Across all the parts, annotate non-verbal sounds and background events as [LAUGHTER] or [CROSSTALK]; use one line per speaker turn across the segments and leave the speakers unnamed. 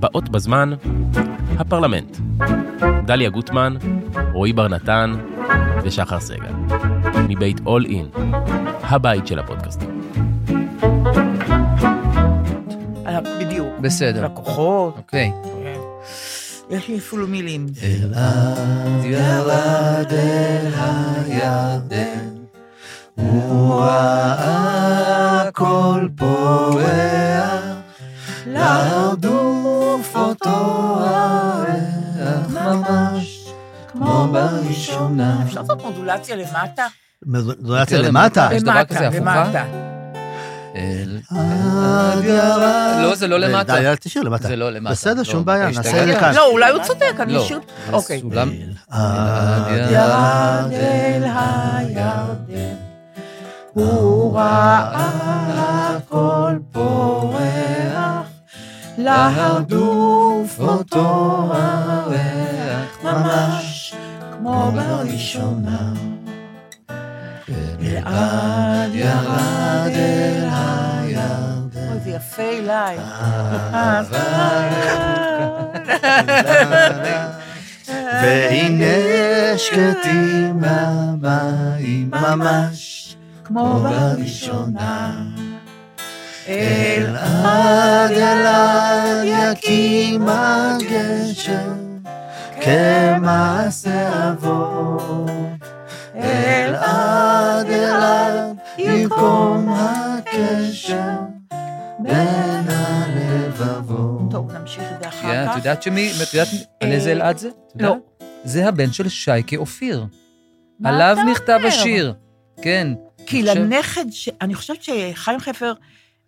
באות בזמן, הפרלמנט. דליה גוטמן, רועי בר נתן ושחר סגל. מבית All In, הבית של הפודקאסטים.
אה, בדיוק.
בסדר.
לקוחות. כן.
אוקיי. אה,
יש לי אפילו מילים.
אליו ירד אל הירדן, הוא ראה הכל פורח,
לא,
אה, להרדוף אותו הריח ממש, כמו בראשונה.
אפשר לעשות מודולציה למטה?
מזולציה
לא
למטה.
אה, יש דבר כזה, הפוכה?
למטה.
אל-
עד ירד.
לא, זה לא למטה.
די, אל תשאיר למטה.
זה לא למטה.
בסדר,
לא,
שום בעיה,
השתגעתי.
נעשה לכאן.
לא, אולי הוא צודק, אני
כן. לא.
אשאיר...
זה
אוקיי.
סולם.
עד
ירד אל הירדן, הוא ראה הכל פורח, להרדוף אותו הריח, ממש כמו בראשונה. אלעד ירד אל הירדן. אוי, זה יפה אליי. אז-
[LAUGHS] והנה שקטים המים ממש
כמו בראשונה. אל
עד ילד יקים הגשר כמעשה אבות אל עד אלעד יקום הקשר בין הלבבות
טוב, נמשיך את זה אחר
כן,
כך.
את יודעת שמי, את יודעת על איזה אלעד זה? את יודעת?
לא.
זה הבן של שייקה אופיר.
מה
עליו
אתה
נכתב
אומר?
השיר. כן.
כי
אני חושב-
לנכד, ש- אני חושבת שחיים חפר,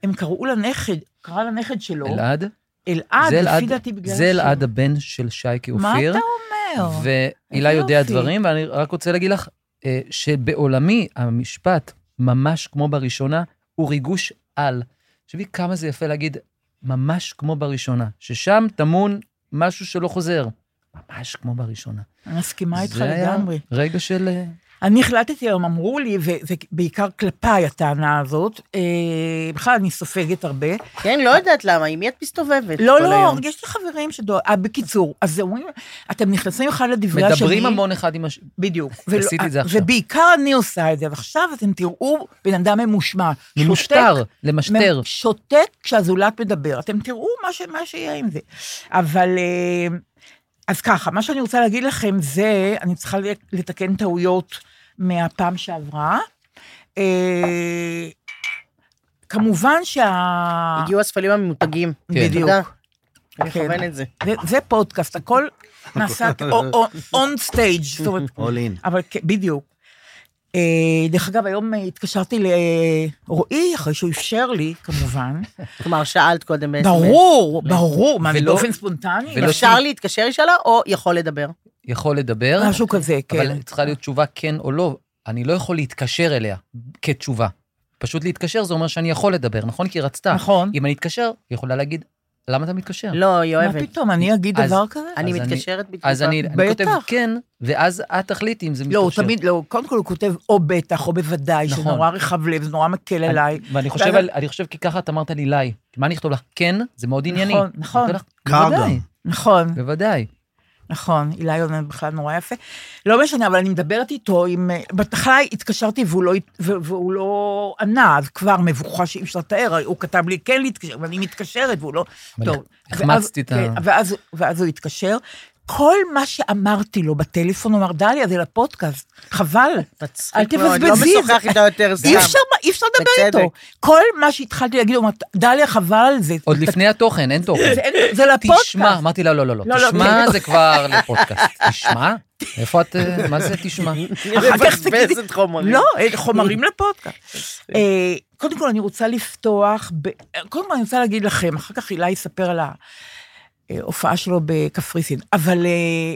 הם קראו לנכד, קרא לנכד שלו,
אלעד?
אלעד,
זה אלעד-
לפי דעתי בגלל
זה אלעד
השם.
הבן של שייקה
מה
אופיר.
אתה אומר?
והילה
איזה
יודע
יופי.
דברים, ואני רק רוצה להגיד לך אה, שבעולמי המשפט, ממש כמו בראשונה, הוא ריגוש על. תחשבי כמה זה יפה להגיד, ממש כמו בראשונה, ששם טמון משהו שלא חוזר. ממש כמו בראשונה.
אני מסכימה איתך
זה היה
לגמרי.
רגע של... אה,
אני החלטתי היום, אמרו לי, וזה בעיקר כלפיי הטענה הזאת, אה, בכלל אני סופגת הרבה,
כן, לא יודעת למה, עם מי את מסתובבת כל
לא,
היום?
לא, יש לי חברים שדואגים, בקיצור, אז אומרים, אתם נכנסים אחד לדברי השני.
מדברים המון אחד עם השני.
בדיוק.
עשיתי את זה עכשיו.
ובעיקר אני עושה את זה, ועכשיו אתם תראו בן אדם ממושמע.
ממושטר,
שותק,
למשטר.
מ- שותק כשהזולת מדבר. אתם תראו מה, ש... מה שיהיה עם זה. אבל... אה, אז ככה, מה שאני רוצה להגיד לכם זה, אני צריכה לתקן טעויות מהפעם שעברה. אה, כמובן שה...
הגיעו הספלים הממותגים.
בדיוק.
תודה.
כן.
אני אכוון את זה.
זה, זה פודקאסט, הכל נעשה און סטייג', זאת אומרת,
All in.
אבל כן, בדיוק. אה, דרך אגב, היום אה, התקשרתי לרועי, אחרי שהוא אפשר לי, כמובן.
כלומר, שאלת קודם בעצם.
ברור, ברור, מה,
אה, ולא-
באופן ספונטני? נכון.
ולא-
אפשר להתקשר היא שאלה, או יכול לדבר?
יכול לדבר,
משהו כזה, כן.
אבל צריכה להיות תשובה כן או לא. אני לא יכול להתקשר אליה כתשובה. פשוט להתקשר זה אומר שאני יכול לדבר, נכון? כי היא רצתה.
נכון.
אם אני אתקשר, היא יכולה להגיד, למה אתה מתקשר?
לא, היא
מה
אוהבת.
פתאום, אני אגיד
אז-
דבר כזה?
אני
אז אני-
מתקשרת בתגובה.
אז אני, אני
בטח.
כותב כן, ואז את תחליטי אם זה מתקשר.
לא, הוא תמיד, לא, קודם כל הוא כותב או בטח או בוודאי, שזה
נכון.
נורא רחב לב, זה נורא מקל
אני-
עליי.
ואני חושב,
ואז-
על, אני חושב כי ככה את אמרת לי, לי. מה אני אכתוב לך? כן, זה מאוד ענייני.
נכון, נכון.
אני אכתוב לך,
קר
בוודאי,
גם.
נכון,
בוודאי.
נכון, אילי עונה בכלל נורא יפה. לא משנה, אבל אני מדברת איתו עם... אה, בהתחלה התקשרתי והוא לא, הת- ו- והוא לא ענה, אז כבר מבוכה שאי אפשר לתאר, הוא כתב לי כן להתקשר, ואני מתקשרת והוא לא...
אבל
טוב.
החמצתי את ה-
ואז- כן, ואז, ואז הוא התקשר. כל מה שאמרתי לו בטלפון, הוא אמר, דליה, זה לפודקאסט, חבל.
מצחיק
אל
מאוד,
תבזבזי.
לא משוחח איתה יותר סתם.
אי אפשר, אי אפשר לדבר
בצדק.
איתו. כל מה שהתחלתי להגיד, הוא אמר, דליה, חבל על זה.
עוד
ת-
לפני התוכן, אין תוכן.
זה אין- זה לפודקאסט.
תשמע, אמרתי לה, לא, לא, לא.
לא, לא,
תשמע
בדיוק.
זה כבר לפודקאסט. תשמע? איפה את, אה, מה זה
[LAUGHS]
תשמע?
אחר כך
מבזבזת
תגידי-
חומרים.
לא, אין חומרים לפודקאסט. אה, קודם כל, אני רוצה לפתוח, ב... קודם כל, אני רוצה להגיד לכם, אחר כך הילה יספר על ההופעה שלו בקפריסין, אבל... אה,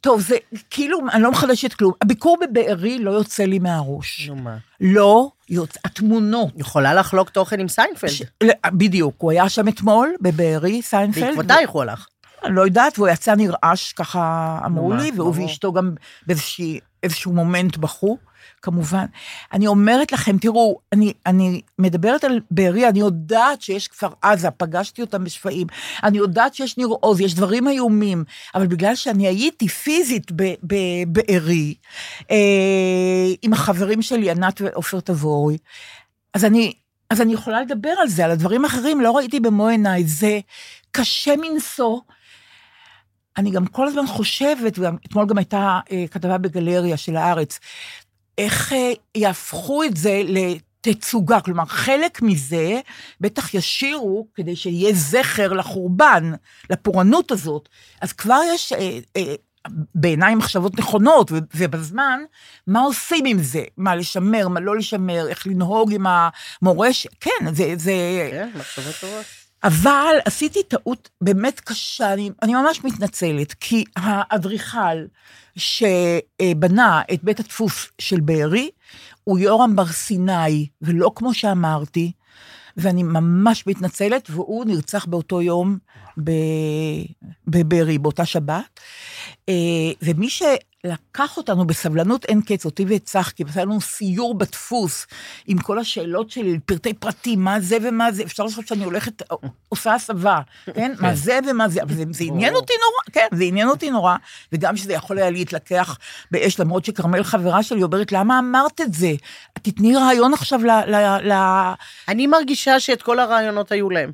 טוב, זה כאילו, אני לא מחדשת כלום. הביקור בבארי לא יוצא לי מהראש.
נו מה.
לא יוצא, התמונות.
יכולה לחלוק תוכן עם סיינפלד.
ש- לא, בדיוק, הוא היה שם אתמול, בבארי, סיינפלד.
בעקבותייך הוא הלך.
אני לא יודעת, והוא יצא נרעש, ככה אמרו
נו, מה,
לי, והוא
ברור.
ואשתו גם באיזושהי באיזשהו מומנט בכו, כמובן. אני אומרת לכם, תראו, אני, אני מדברת על בארי, אני יודעת שיש כפר עזה, פגשתי אותם בשפיים, אני יודעת שיש ניר עוז, יש דברים איומים, אבל בגלל שאני הייתי פיזית ב- ב- בארי, אה, עם החברים שלי, ענת ועופר תבורי, אז אני, אז אני יכולה לדבר על זה, על הדברים האחרים, לא ראיתי במו עיניי, זה קשה מנשוא. אני גם כל הזמן חושבת, ואתמול גם הייתה אה, כתבה בגלריה של הארץ, איך אה, יהפכו את זה לתצוגה. כלומר, חלק מזה בטח ישירו כדי שיהיה זכר לחורבן, לפורענות הזאת. אז כבר יש אה, אה, בעיניי מחשבות נכונות, ו- ובזמן, מה עושים עם זה? מה לשמר, מה לא לשמר, איך לנהוג עם המורשת? כן, זה... זה...
כן, מחשבות טובות.
אבל עשיתי טעות באמת קשה, אני, אני ממש מתנצלת, כי האדריכל שבנה את בית הדפוס של בארי הוא יורם בר סיני, ולא כמו שאמרתי, ואני ממש מתנצלת, והוא נרצח באותו יום ב- בבארי, באותה שבת. אה, ומי שלקח אותנו בסבלנות אין קץ, אותי ואת צחקי, והיה לנו סיור בדפוס עם כל השאלות שלי, פרטי פרטים, מה זה ומה זה, אפשר לחשוב שאני הולכת, עושה הסבה, כן? מה זה ומה זה, אבל זה, זה עניין אותי נורא, כן, זה עניין אותי נורא, וגם שזה יכול היה להתלקח באש, למרות שכרמל חברה שלי אומרת, למה אמרת את זה? את תתני רעיון עכשיו ל... ל, ל
אני מרגישה שאת כל הרעיונות היו להם.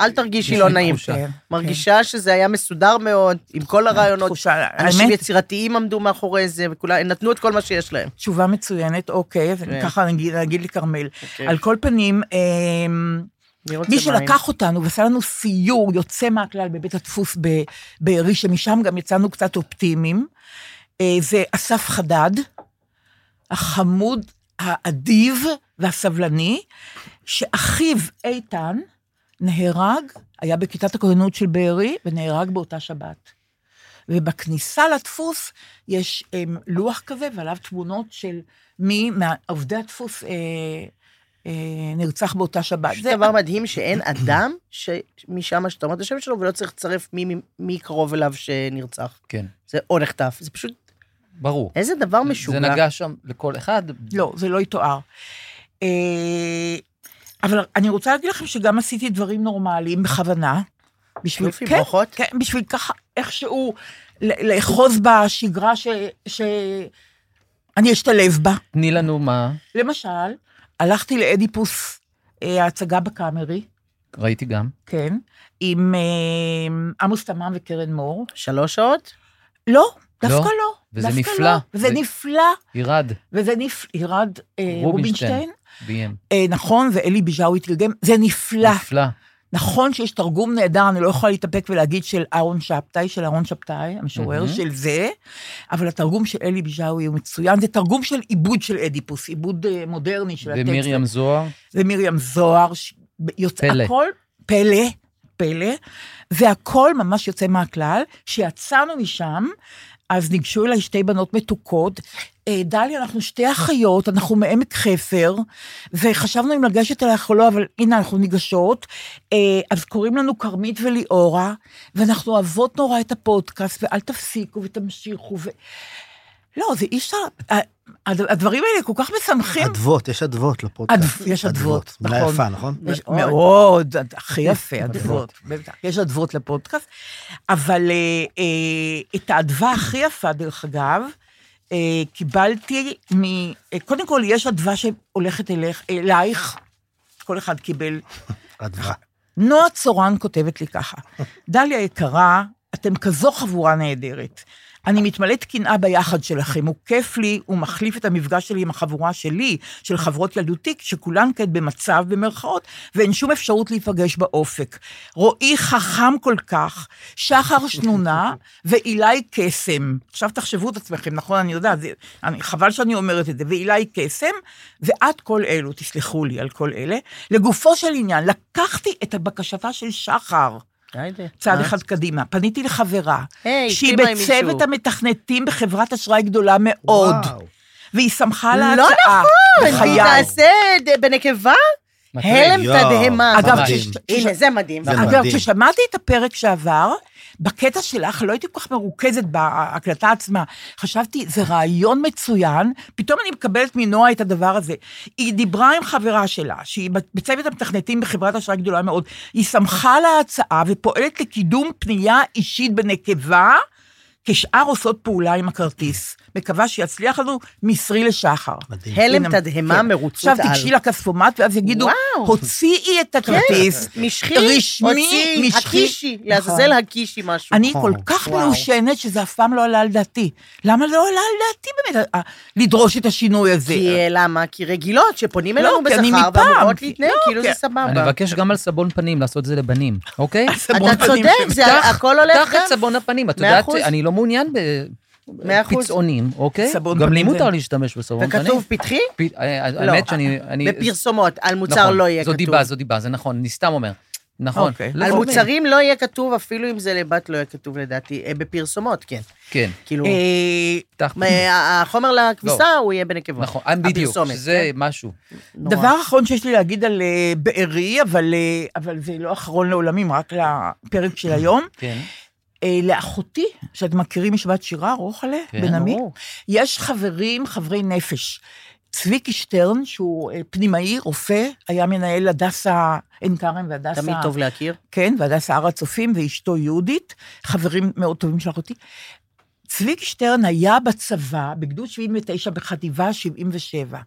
אל תרגישי
יש
לא
לי
נעים.
תחושה.
כן, אה,
מרגישה שזה היה מסודר מאוד, עם כל הרעיונות.
תחושה,
אנשים
האמת,
יצירתיים עמדו מאחורי זה, וכולם נתנו את כל מה שיש להם.
תשובה מצוינת, אוקיי,
כן.
ככה נגיד, נגיד לי כרמל. על כל פנים, אמ,
אני רוצה
מי
מים.
שלקח אותנו ועשה לנו סיור יוצא מהכלל בבית הדפוס ב- בארי, שמשם גם יצאנו קצת אופטימיים, אה, זה אסף חדד, החמוד, האדיב והסבלני, שאחיו איתן נהרג, היה בכיתת הכוננות של בארי, ונהרג באותה שבת. ובכניסה לדפוס יש הם, לוח כזה, ועליו תמונות של מי מעובדי הדפוס אה, אה, נרצח באותה שבת.
זה דבר מדהים שאין אדם שמשם שאתה אומר את השם שלו ולא צריך לצרף מי- מי- מי קרוב אליו שנרצח.
כן,
זה או נחטף, זה פשוט,
ברור.
איזה דבר משוגע.
זה נגע שם לכל אחד.
לא, זה לא יתואר. אה, אבל אני רוצה להגיד לכם שגם עשיתי דברים נורמליים בכוונה. בשביל,
יופי, ברכות.
כן, בשביל ככה איכשהו ל- לאחוז בשגרה ש- שאני אשתלב בה.
תני לנו מה,
למשל, הלכתי לאדיפוס, אה, ההצגה בקאמרי,
ראיתי גם.
כן, עם אה, עמוס תמם וקרן מור.
שלוש שעות?
לא, דווקא
לא?
לא.
וזה
דווקא
נפלא.
לא. וזה
זה-
נפלא,
ירד
וזה נפלא, ירד אה,
רובינשטיין.
רובינשטיין.
ביים.
אה, נכון, ואלי ביז'אווי תרגם, זה
לא.
נפלא.
נפלא.
נכון שיש תרגום נהדר, אני לא יכולה להתאפק ולהגיד של אהרון שבתאי, של אהרון שבתאי, המשורר
מהמם.
של זה, אבל התרגום של אלי ביז'אווי הוא מצוין, זה תרגום של עיבוד של אדיפוס, עיבוד אה, מודרני של הטקסט.
ומרים זוהר,
ומרים זוהר, ש- יוצא
פלא.
הכל, פלא, פלא, והכל ממש יוצא מהכלל. כשיצאנו משם, אז ניגשו אליי שתי בנות מתוקות. אה, דליה, אנחנו שתי אחיות, אנחנו מעמק חפר, וחשבנו אם לגשת אלייך או לא, אבל הנה, אנחנו ניגשות. אה, אז קוראים לנו כרמית וליאורה, ואנחנו אוהבות נורא את הפודקאסט, ואל תפסיקו ותמשיכו. ו... לא, זה אי אפשר, ה- הד- הדברים האלה כל כך משמחים.
אדוות, יש אדוות לפודקאסט.
אדו- יש אדוות,
מילה
נכון.
יפה, נכון?
יש
מאוד.
מאוד, אד- הכי יפה, אדוות, בטח. יש אדוות לפודקאסט, אבל אה, אה, את האדווה הכי יפה, דרך אגב, אה, קיבלתי מ... אה, קודם כל, יש אדווה שהולכת אליך- אלייך, כל אחד קיבל
אדווה.
נועה צורן כותבת לי ככה, דליה יקרה, אתם כזו חבורה נהדרת. אני מתמלאת קנאה ביחד שלכם, הוא כיף לי, הוא מחליף את המפגש שלי עם החבורה שלי, של חברות ילדותי, שכולן כעת במצב, במרכאות, ואין שום אפשרות להיפגש באופק. רועי חכם כל כך, שחר שנונה ואילי קסם. עכשיו תחשבו את עצמכם, נכון, אני יודעת, זה- אני- חבל שאני אומרת את זה, ואילי קסם, ועד כל אלו, תסלחו לי על כל אלה. לגופו של עניין, לקחתי את בקשתה של שחר
היידה.
צעד
אה?
אחד קדימה, פניתי לחברה,
היי,
שהיא
הסכימה עם
בצוות
מישהו.
המתכנתים בחברת אשראי גדולה מאוד,
וואו.
והיא שמחה על
לא
ההצעה.
נכון, היא
בחיי.
תעשה ד- בנקבה?
מטריד.
הלם
יואו,
תדהמה.
אגב,
מדהים.
כש-
הנה, זה מדהים.
זה
אגב,
מדהים.
כששמעתי את הפרק שעבר, בקטע שלך לא הייתי כל כך מרוכזת בהקלטה עצמה. חשבתי, זה רעיון מצוין, פתאום אני מקבלת מנועה את הדבר הזה. היא דיברה עם חברה שלה, שהיא בצוות המתכנתים בחברת אשראי גדולה מאוד, היא שמחה על ההצעה ופועלת לקידום פנייה אישית בנקבה, כשאר עושות פעולה עם הכרטיס. מקווה שיצליח לנו מסרי לשחר.
מדהים.
הלם
הנה,
תדהמה
כן.
מרוצות על.
עכשיו תיגשי לכספומט, ואז יגידו,
וואו. כן.
הוציאי את הכרטיס.
משחי,
רשמי, נכון.
הוציא,
משחי.
הקישי, לעזאזל הקישי משהו.
אני כל
נכון,
כך
וואו.
מיושנת, שזה אף פעם לא עלה על דעתי. למה לא עלה על דעתי באמת ה- ה- לדרוש את השינוי הזה?
כי אה, למה? כי רגילות, שפונים
לא,
אלינו
כי אני
בשכר
מפעם.
ואמורות להתנהג,
לא,
כאילו זה
כן.
אני
סבבה.
מבקש גם על סבון פנים, לעשות את זה לבנים, אוקיי?
אתה צודק, זה
פתח-
הכל הולך
פתח
גם.
את סבון הפנים, את
מאה
יודעת,
אחוז.
אני לא מעוניין
מאה אחוז.
בפצעונים, אוקיי?
סבון
גם
פנים
לי
זה-
מותר להשתמש בסבון פנים.
וכתוב פתחי? לא.
פ- אה, האמת שאני... אני-
בפרסומות, על מוצר
נכון,
לא יהיה כתוב.
זו דיבה, זו דיבה, זה נכון, אני סתם אומר. נכון.
אוקיי.
על
לפעמים.
מוצרים לא יהיה כתוב, אפילו אם זה לבת לא יהיה כתוב לדעתי, אה, בפרסומות, כן.
כן,
כאילו,
אה, לא.
פתח
מה- החומר לכביסה הוא יהיה בנקבות.
נכון, אה, בדיוק,
הפרסומת, כן?
שזה משהו.
נורא.
דבר אחרון שיש לי להגיד על אה, בארי, אבל אה, אבל זה לא אחרון לעולמים, רק לפרק של היום.
כן.
אה, לאחותי, שאתם מכירים משבת שירה, רוחלה,
כן,
בן עמי,
ברור.
יש חברים, חברי נפש. צביקי שטרן, שהוא אה, פנימאי, רופא, היה מנהל הדסה עין כרם והדסה...
תמיד טוב להכיר.
כן, והדסה הר הצופים, ואשתו יהודית, חברים מאוד טובים של אחותי. צביקי שטרן היה בצבא, בגדוד 79, בחטיבה 77,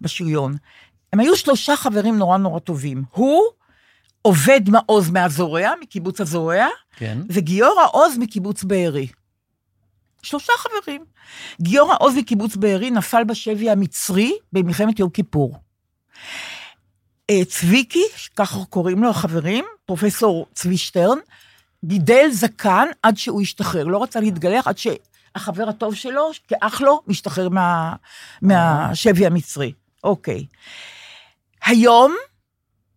בשריון. הם היו שלושה חברים נורא נורא טובים. הוא, עובד מעוז מהזורע, מקיבוץ הזורע,
כן.
וגיורא עוז מקיבוץ בארי. שלושה חברים. גיורא עוז מקיבוץ בארי נפל בשבי המצרי במלחמת יום כיפור. אה, צביקי, ככה קוראים לו החברים, פרופסור צבי שטרן, גידל זקן עד שהוא השתחרר. לא רצה להתגלח עד שהחבר הטוב שלו, כאח לו, משתחרר מה, מהשבי המצרי. אוקיי. היום,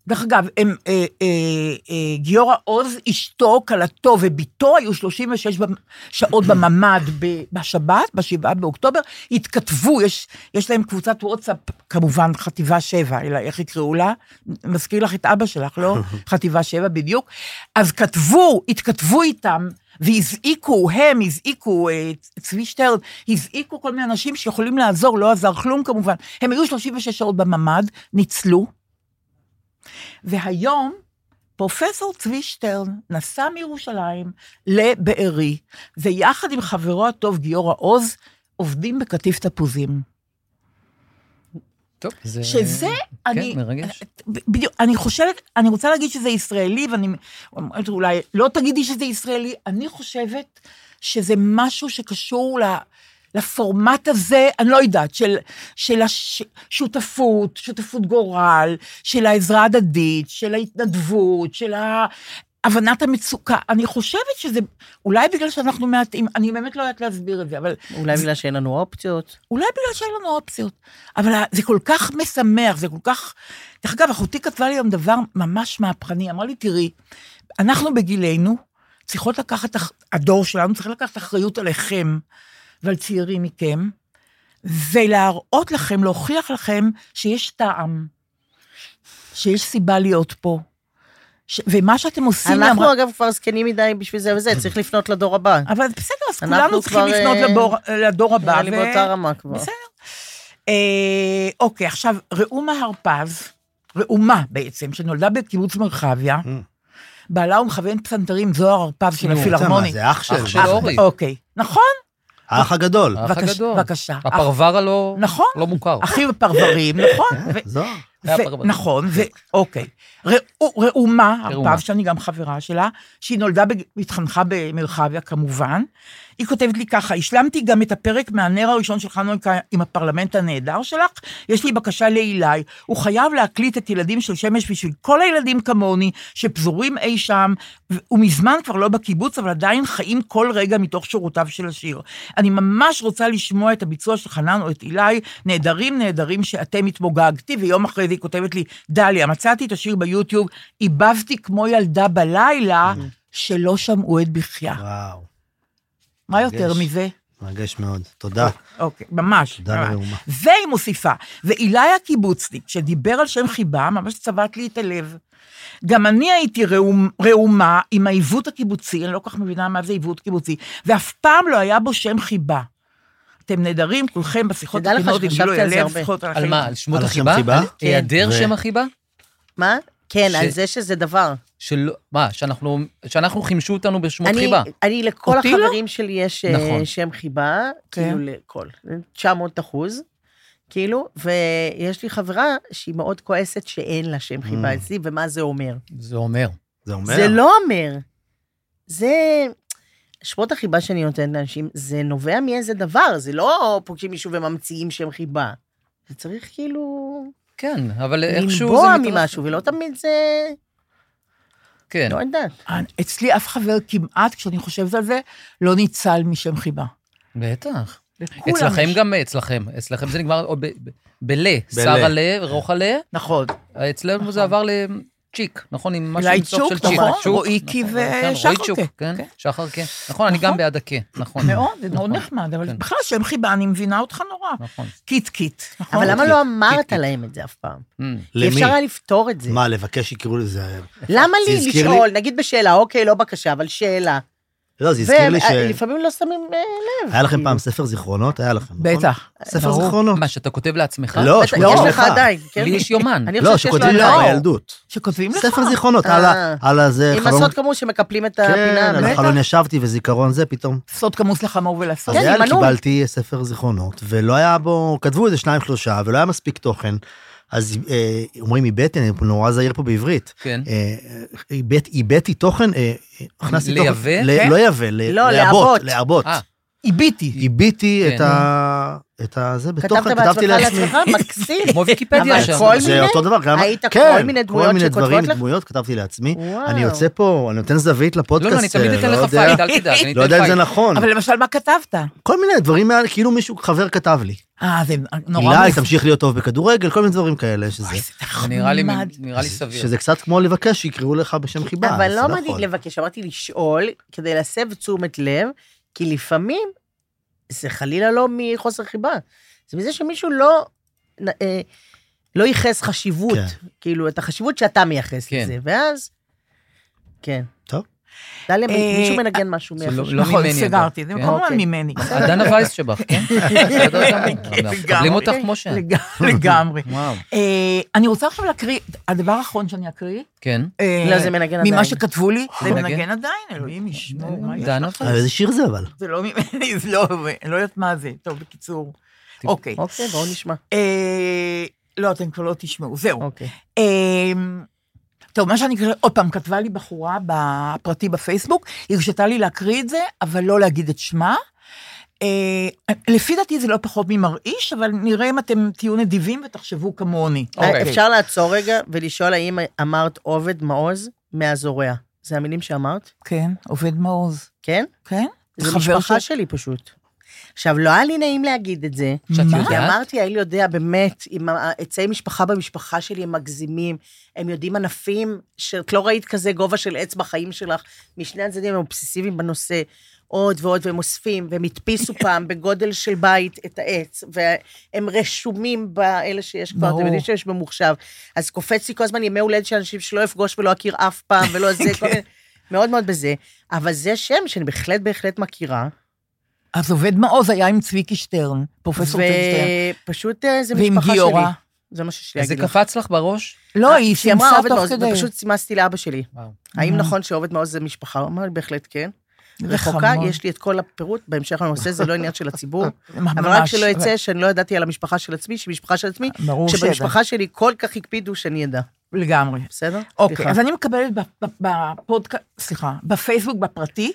דרך אגב, הם, אה, אה, אה, גיורא עוז, אשתו, כלתו ובתו היו 36 במ- שעות בממ"ד ב- בשבת, ב-7 באוקטובר, התכתבו, יש, יש להם קבוצת וואטסאפ, כמובן חטיבה 7, אלא איך יקראו לה? מזכיר לך את אבא שלך, לא? חטיבה 7 בדיוק. אז כתבו, התכתבו איתם. והזעיקו, הם הזעיקו, אה, צבי שטרן, הזעיקו כל מיני אנשים שיכולים לעזור, לא עזר כלום כמובן. הם היו 36 שעות בממ"ד, ניצלו, והיום פרופסור צבי שטרן נסע מירושלים לבארי, ויחד עם חברו הטוב גיורא עוז, עובדים בקטיף תפוזים.
טוב, זה...
שזה, אני...
אה, כן, מרגש.
בדיוק, אני חושבת, אני רוצה להגיד שזה ישראלי, ואני אומרת אולי, לא תגידי שזה ישראלי, אני חושבת שזה משהו שקשור ל... לפורמט הזה, אני לא יודעת, של, של השותפות, שותפות גורל, של העזרה ההדדית, של ההתנדבות, של הבנת המצוקה. אני חושבת שזה, אולי בגלל שאנחנו מעטים, אני באמת לא יודעת להסביר את זה, אבל
אולי בגלל שאין לנו אופציות.
אולי בגלל שאין לנו אופציות. אבל ה- זה כל כך משמח, זה כל כך... דרך אגב, אחותי כתבה לי היום דבר ממש מהפכני, אמרה לי, תראי, אנחנו בגילנו צריכות לקחת, אח- הדור שלנו צריך לקחת אחריות עליכם ועל צעירים מכם, ולהראות לכם, להוכיח לכם שיש טעם, שיש סיבה להיות פה. ש... ומה שאתם עושים... היא אמרה-
אנחנו אגב כבר זקנים מדי בשביל זה וזה, צריך לפנות לדור הבא.
אבל בסדר, אז
אנחנו
כולנו צריכים
כבר,
לפנות
אה,
לבור, לדור הבא.
נראה לי
ו-
באותה רמה כבר.
בסדר. אה, אוקיי, עכשיו, ראומה הרפז, ראומה בעצם, שנולדה בקיבוץ מרחביה, בעלה הוא מכוון פסנתרים, זוהר הרפז של
Mm. נו, אתה
הפילהרמונית.
זה אח של
אח של אורי.
אוקיי, נכון,
האח הגדול.
האח
בבקש-
הגדול.
בבקשה.
הפרבר הלא...
נכון.
לא מוכר.
אחיו הפרברים,
[LAUGHS] כן.
נכון? ו-
זו.
זה
ו-
הפרברים.
נכון, ו- אוקיי. ראו- ראומה,
ראומה.
הרפב, שאני גם חברה שלה, שהיא נולדה בג- והתחנכה במרחביה כמובן, היא כותבת לי ככה, השלמתי גם את הפרק מהנר הראשון של חנוכה עם הפרלמנט הנהדר שלך, יש לי בקשה לאילי, הוא חייב להקליט את ילדים של שמש בשביל כל הילדים כמוני, שפזורים אי שם, ו- הוא מזמן כבר לא בקיבוץ, אבל עדיין חיים כל רגע מתוך שורותיו של השיר. אני ממש רוצה לשמוע את הביצוע של חנן או את אילי, נהדרים נהדרים שאתם התמוגגתי, ויום אחרי זה היא כותבת לי, דליה, מצאתי את השיר ביוטיוב, עיבבתי כמו ילדה
Mm-hmm. אה.
בלילה, שלא שמעו את בחייה.
וואו.
מה יותר
מרגש.
מזה?
מרגש מאוד. תודה.
אוקיי, ממש.
תודה
ממש.
לראומה.
זה היא מוסיפה. ואילי הקיבוצניק, שדיבר על שם חיבה, ממש צבט לי את הלב. גם אני הייתי ראומ- ראומה עם העיוות הקיבוצי, אני לא כל כך מבינה מה זה עיוות קיבוצי, ואף פעם לא היה בו שם חיבה. אתם נדרים, כולכם בשיחות
תדע לך שחשבתי על זה
הלב,
הרבה.
שיחות
על מה? על שמות
על השם
החיבה?
חיבה?
על
כן.
היעדר
ו-
שם החיבה?
מה? כן,
ש-
על זה שזה דבר.
שלא, מה, שאנחנו, שאנחנו חימשו אותנו בשמות
אני-
חיבה.
אני, לכל
אותי לא?
החברים שלי יש אה,
נכון.
שם חיבה,
כן.
כאילו לכל, 900 אחוז, כאילו, ויש לי חברה שהיא מאוד כועסת שאין לה שם חיבה
Mm.
אצלי, ומה זה אומר?
זה אומר.
זה אומר?
זה לא אומר. זה... שמות החיבה שאני נותנת לאנשים, זה נובע מאיזה דבר, זה לא פוגשים מישהו וממציאים שם חיבה. זה צריך כאילו
כן, אבל איכשהו זה...
לנבוע
מתרחש.
ממשהו, ולא תמיד זה...
כן.
לא יודעת.
אצלי אף חבר כמעט, כשאני חושבת על זה, לא ניצל משם חיבה.
בטח.
לכולם
אצלכם
יש.
גם, אצלכם. אצלכם זה נגמר עוד ב- ב- בלה,
בלה.
שרה לה, רוחלה.
נכון.
אצלנו זה עבר לצ'יק, נכון? עם משהו
אולי
עם סוף
צ'וק,
של צ'יק.
נכון,
צ'וק,
רואיקי
נכון, כן,
ושחר
רואי צ'וק,
קה.
כן,
כן.
שחר כן. נכון, אני גם
נכון.
בעד הכה, נכון.
מאוד, זה מאוד
נכון,
נחמד, אבל
כן.
בכלל שם חיבה, אני מבינה אותך נורא.
נכון.
קיטקיט, נכון?
אבל למה
קיט,
לא אמרת
קיט.
להם את זה אף פעם?
אמ,
כי
למי?
אפשר היה לפתור את זה.
מה, לבקש שיקראו לזה...
למה
זה
לי
הזכיר
לשאול, נגיד בשאלה, אוקיי, לא בקשה, אבל שאלה.
לא, זה הזכיר לי ש...
ולפעמים לא שמים אה, לב.
היה לכם
כאילו.
פעם ספר זיכרונות? היה לכם, נכון?
בטח.
ספר
ברור.
זיכרונות.
מה, שאתה כותב לעצמך?
לא,
בטח,
שכותבים
יש
לך.
לך עדיין, כן?
לי יש יומן.
אני
לא,
חושבת שיש לו
שכותבים לך
עדיין.
בילדות.
שכותבים לך.
ספר זיכרונות, על ה- על הזה
אה. עם
חלון...
הסוד כמוס שמקפלים את הפינה.
כן, על
אבל-
החלון ישבתי וזיכרון זה פתאום.
סוד כמוס לחמור ולסוד.
אז היה לי,
כן, עם הנון.
קיבלתי ספר זיכרונות, ולא היה בו, כתבו איזה שניים שלושה, ולא היה מספיק תוכן. אז אה, אומרים איבדתי, אני נורא זהיר פה בעברית.
כן.
אה, איבד- איבדתי תוכן, אה, הכנסתי
לייבא?
תוכן.
כן.
ל- לא לייבא, ל-
לא,
לעבות.
לעבות.
לעבות.
אה.
עיביתי.
איביתי
כן.
את ה... את ה... זה בתוכן,
כתבת
כתבתי
בעצמך
לעצמי.
לעצמך, מקסים.
כמו ויקיפדיה
אבל
שם.
כל מיני?
זה אותו דבר, גם...
היית
כן,
כל מיני דמויות
כל מיני
שכותבות
דברים,
לך?
דמויות כתבתי לעצמי.
וואו.
אני יוצא פה, אני נותן זווית
לא,
לפודקאסט.
לא, אני תמיד
אה,
אתן
לא
לך
יודע-
פייט, אל תדאג, אני
לא יודע
אתן
אם זה
פייט.
נכון.
אבל למשל, מה כתבת?
כל מיני דברים, מה- כאילו מישהו, חבר כתב לי.
אה, זה נורא...
הילה,
מוז-
תמשיך להיות טוב בכדורגל, כל מיני דברים כאלה, שזה,
אוי, זה
זה נראה לי
נחמד.
נראה לי סביר.
שזה קצת כמו לבקש שיקראו לך בשם חיבה.
אבל
זה נכון.
לא אמרתי
יכול.
לבקש, אמרתי לשאול, כדי להסב תשומת לב, כי לפעמים זה חלילה לא מחוסר חיבה. זה מזה שמישהו לא... נ- אה, לא ייחס חשיבות,
כן.
כאילו, את החשיבות שאתה מייחס
כן.
לזה, ואז... כן.
טוב.
דליה,
אה,
מישהו מנגן משהו
זה לא-
מהחשוב.
לא
נכון,
ממני, אגב.
סגרתי, זה
כן.
כמובן
אוקיי.
ממני.
דנה וייס שבך, כן? בסדר גמור.
כן,
אנחנו מקבלים אותך
לגמרי.
כמו שאת.
לג-
[LAUGHS]
לגמרי.
וואו,
אה, אני רוצה עכשיו להקריא, הדבר האחרון שאני אקריא,
כן.
אה,
לא, זה מנגן עדיין.
ממה שכתבו לי, זה
אה, מנגן?
מנגן עדיין, אלוהים ישמור, מה יש
דנה
לך?
אה,
וייס.
איזה שיר זה אבל?
זה לא ממני, [LAUGHS] זה לא, אני לא יודעת מה זה. טוב, בקיצור. אוקיי.
אוקיי, בואו נשמע.
אה, לא, אתם כבר לא תשמעו, זהו.
אוקיי.
אמ, טוב, מה שאני אקריא, עוד פעם, כתבה לי בחורה בפרטי בפייסבוק, היא הרשתה לי להקריא את זה, אבל לא להגיד את שמה. אה, לפי דעתי זה לא פחות ממרעיש, אבל נראה אם אתם תהיו נדיבים ותחשבו כמוני. אה,
אוקיי.
אה, אפשר לעצור רגע ולשאול האם אמרת עובד מעוז מהזורע. זה המילים שאמרת?
כן, עובד מעוז.
כן?
כן?
זה
חבר
משפחה
ש-
שלי פשוט. עכשיו, לא היה לי נעים להגיד את זה,
שאת
מה?
כי
יודעת?
אמרתי, האל יודע, באמת, עם ה- עצי משפחה במשפחה שלי הם מגזימים, הם יודעים ענפים שאת לא ראית כזה גובה של עץ בחיים שלך, משני הצדדים הם אובססיביים בנושא, עוד ועוד, והם אוספים, והם
[LAUGHS]
הדפיסו פעם בגודל של בית את העץ, והם רשומים באלה שיש כבר,
ברור.
אתם יודעים שיש במוחשב. אז קופץ לי כל הזמן ימי הולדת של אנשים שלא אפגוש ולא אכיר אף פעם, ולא זה, כל
[LAUGHS]
מיני, מאוד מאוד בזה. אבל זה שם שאני בהחלט בהחלט מכירה.
אז עובד מעוז היה עם צביקי שטרן, פרופסור צביקי שטרן.
ופשוט אה, זה
ועם
משפחה שלי.
גיורא.
זה מה שיש לי
אז זה
להגיד לך.
קפץ לך בראש?
לא, היא
אה, שהיא אמרה
שימסה
עובד
תוך
מעוז,
כדי.
ופשוט סימסתי לאבא שלי.
וואו.
האם
Mhm.
נכון שעובד מעוז זה משפחה? הוא אמר לי, בהחלט כן.
זה
רחוקה,
חמוד.
יש לי את כל הפירוט בהמשך לנושא, זה לא עניין של הציבור.
[LAUGHS] ממש.
אבל רק שלא יצא שאני לא ידעתי על המשפחה של עצמי, שמשפחה של עצמי,
ברור שידע.
שבמשפחה שלי כל כך הקפידו שאני אדע.
לגמרי.
בסדר?
אוקיי,
סליחה.
אז אני מקבלת ב- ב- בפודקאסט, סליחה, בפייסבוק, בפרטי.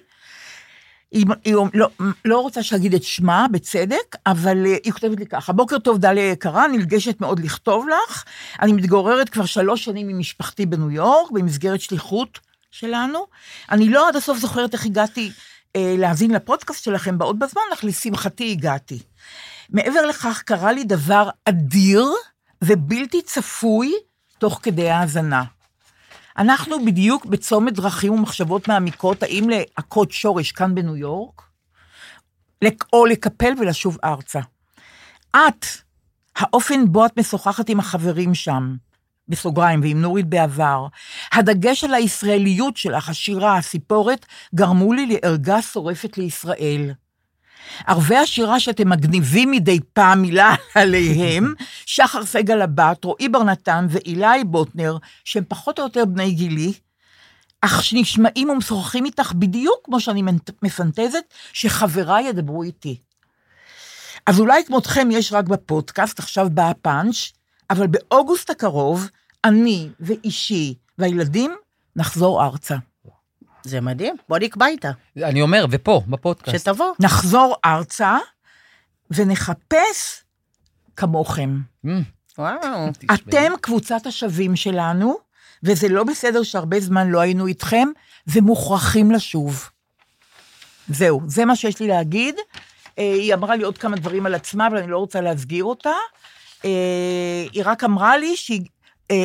היא, היא לא, לא רוצה שאגיד את שמה, בצדק, אבל אה, היא כותבת לי ככה, בוקר טוב, דליה יקרה, נרגשת מאוד לכתוב לך. אני מתגוררת כבר שלוש שנים עם משפחתי בניו יורק, במסגרת שליחות שלנו. אני לא עד הסוף זוכרת איך הגעתי אה, להאזין לפודקאסט שלכם בעוד בזמן, אך לשמחתי הגעתי. מעבר לכך, קרה לי דבר אדיר ובלתי צפוי תוך כדי ההאזנה. אנחנו בדיוק בצומת דרכים ומחשבות מעמיקות, האם להכות שורש כאן בניו יורק, לק- או לקפל ולשוב ארצה. את, האופן בו את משוחחת עם החברים שם, בסוגריים, ועם נורית בעבר, הדגש על הישראליות שלך, השירה, הסיפורת, גרמו לי לערגה שורפת לישראל. ערבי השירה שאתם מגניבים מדי פעם מילה [LAUGHS] עליהם, שחר סגל הבת, רועי בר נתן ואילי בוטנר, שהם פחות או יותר בני גילי, אך שנשמעים ומשוחחים איתך בדיוק כמו שאני מפנטזת, שחבריי ידברו איתי. אז אולי כמותכם יש רק בפודקאסט, עכשיו בא הפאנץ', אבל באוגוסט הקרוב, אני ואישי והילדים נחזור ארצה.
זה מדהים, בוא נקבע איתה,
אני אומר, ופה, בפודקאסט.
שתבוא.
נחזור ארצה ונחפש כמוכם.
אמ,
וואו.
תשמעי.
אתם קבוצת השווים שלנו, וזה לא בסדר שהרבה זמן לא היינו איתכם, ומוכרחים לשוב. זהו, זה מה שיש לי להגיד. אה, היא אמרה לי עוד כמה דברים על עצמה, אבל אני לא רוצה להסגיר אותה. אה, היא רק אמרה לי שהיא... אה,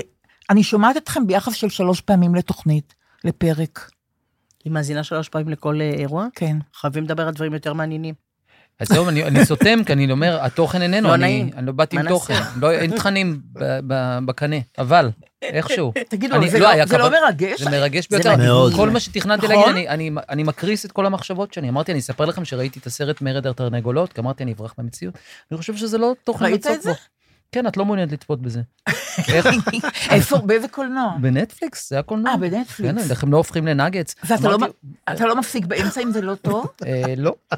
אני שומעת אתכם ביחס של שלוש פעמים לתוכנית, לפרק.
היא מאזינה שלוש פעמים לכל אה, אירוע?
כן.
חייבים לדבר על דברים יותר מעניינים.
אז זהו, אני אני סותם, כי אני אומר, התוכן איננו,
לא
אני-
נעים.
אני לא באתי
מה
עם תוכן, לא- אין תכנים ב- ב- בקנה, אבל, איכשהו.
תגידו,
אני-
זה
לא,
לא-
היה
זה לא
כוון-
מרגש?
זה מרגש ביותר.
מדהים. מאוד.
כל מה שתכננתי
נכון?
להגיד, אני- אני- אני מקריס את כל המחשבות שלי. אמרתי, אני אספר לכם שראיתי את הסרט מרד התרנגולות, כי אמרתי, אני אברח מהמציאות. אני חושב שזה לא תוכן
ראית
לצפות
את זה?
בו. כן, את לא מעוניינת
[LAUGHS]
לצפות בזה. איך?
[LAUGHS] איפה, באיזה
[LAUGHS]
קולנוע?
בנטפליקס, זה הקולנוע.
אה, בנטפליקס.
כן, אני- איך הם לא הופכים לנגץ.
ואתה לא
אמרתי,
אתה לא מפסיק באמצע אם זה לא טוב?
אה, לא.
[LAUGHS]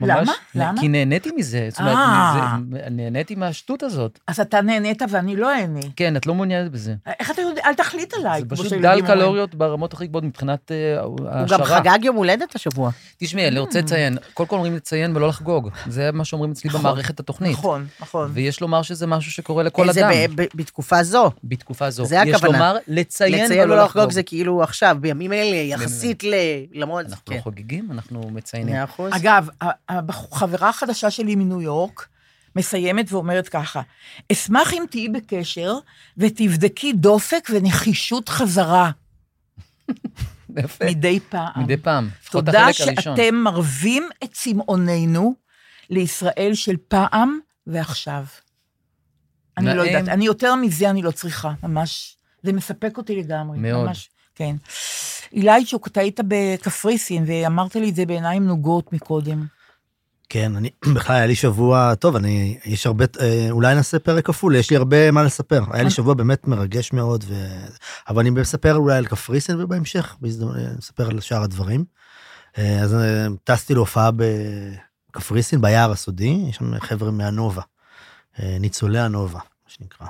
למה?
ממש,
למה?
כי נהניתי מזה, זאת אומרת,
אה.
זה- נהניתי מהשטות הזאת.
אז אתה נהנית ואני לא אהנה.
כן, את לא מעוניינת בזה.
איך אתה יודע? אל תחליט עליי.
זה
כמו
פשוט
שהילדים
דל
אומרים.
קלוריות ברמות הכי גבוהות מבחינת אה,
הוא גם
העשרה.
חגג יום הולדת השבוע.
תשמעי, אני רוצה לציין, קודם כל אומרים לציין ולא לחגוג. זה מה שאומרים אצלי
נכון.
במערכת התוכנית.
נכון, נכון.
ויש לומר שזה משהו שקורה לכל
אה, זה
אדם
ב- ב- בתקופה זו.
בתקופה זו.
זה
יש
הכוונה.
לומר לציין
לציין
ולא
ולא לחגוג
לחגוג.
זה כאילו עכשיו, בימים אלה, יחסית ל... למרות...
אנחנו
כן.
לא חוגגים, אנחנו מציינים.
מאה אחוז.
אגב, החברה החדשה שלי מניו יורק מסיימת ואומרת ככה, אשמח אם תהיי בקשר ותבדקי דופק ונחישות חזרה
יפה.
מדי פעם.
מדי פעם. לפחות
תודה
החלק הראשון.
שאתם מרווים את צמאוננו לישראל של פעם ועכשיו. אני לא
נעים.
יודעת, אני יותר מזה אני לא צריכה, ממש. זה מספק אותי לגמרי.
מאוד.
ממש, כן. אילייצ'וק, אתה היית בקפריסין ואמרת לי את זה בעיניים נוגות מקודם.
כן, אני [CLEARS THROAT] בכלל היה לי שבוע טוב, אני, יש הרבה, אה, אולי נעשה פרק כפול, יש לי הרבה מה לספר. היה לי שבוע באמת מרגש מאוד, ו... אבל אני מספר אולי על קפריסין ובהמשך, בהזדמנות, אה, נספר על שאר הדברים. אה, אז אה, טסתי להופעה בקפריסין, ביער הסודי, יש שם חבר'ה מהנובה, אה, ניצולי הנובה, מה שנקרא.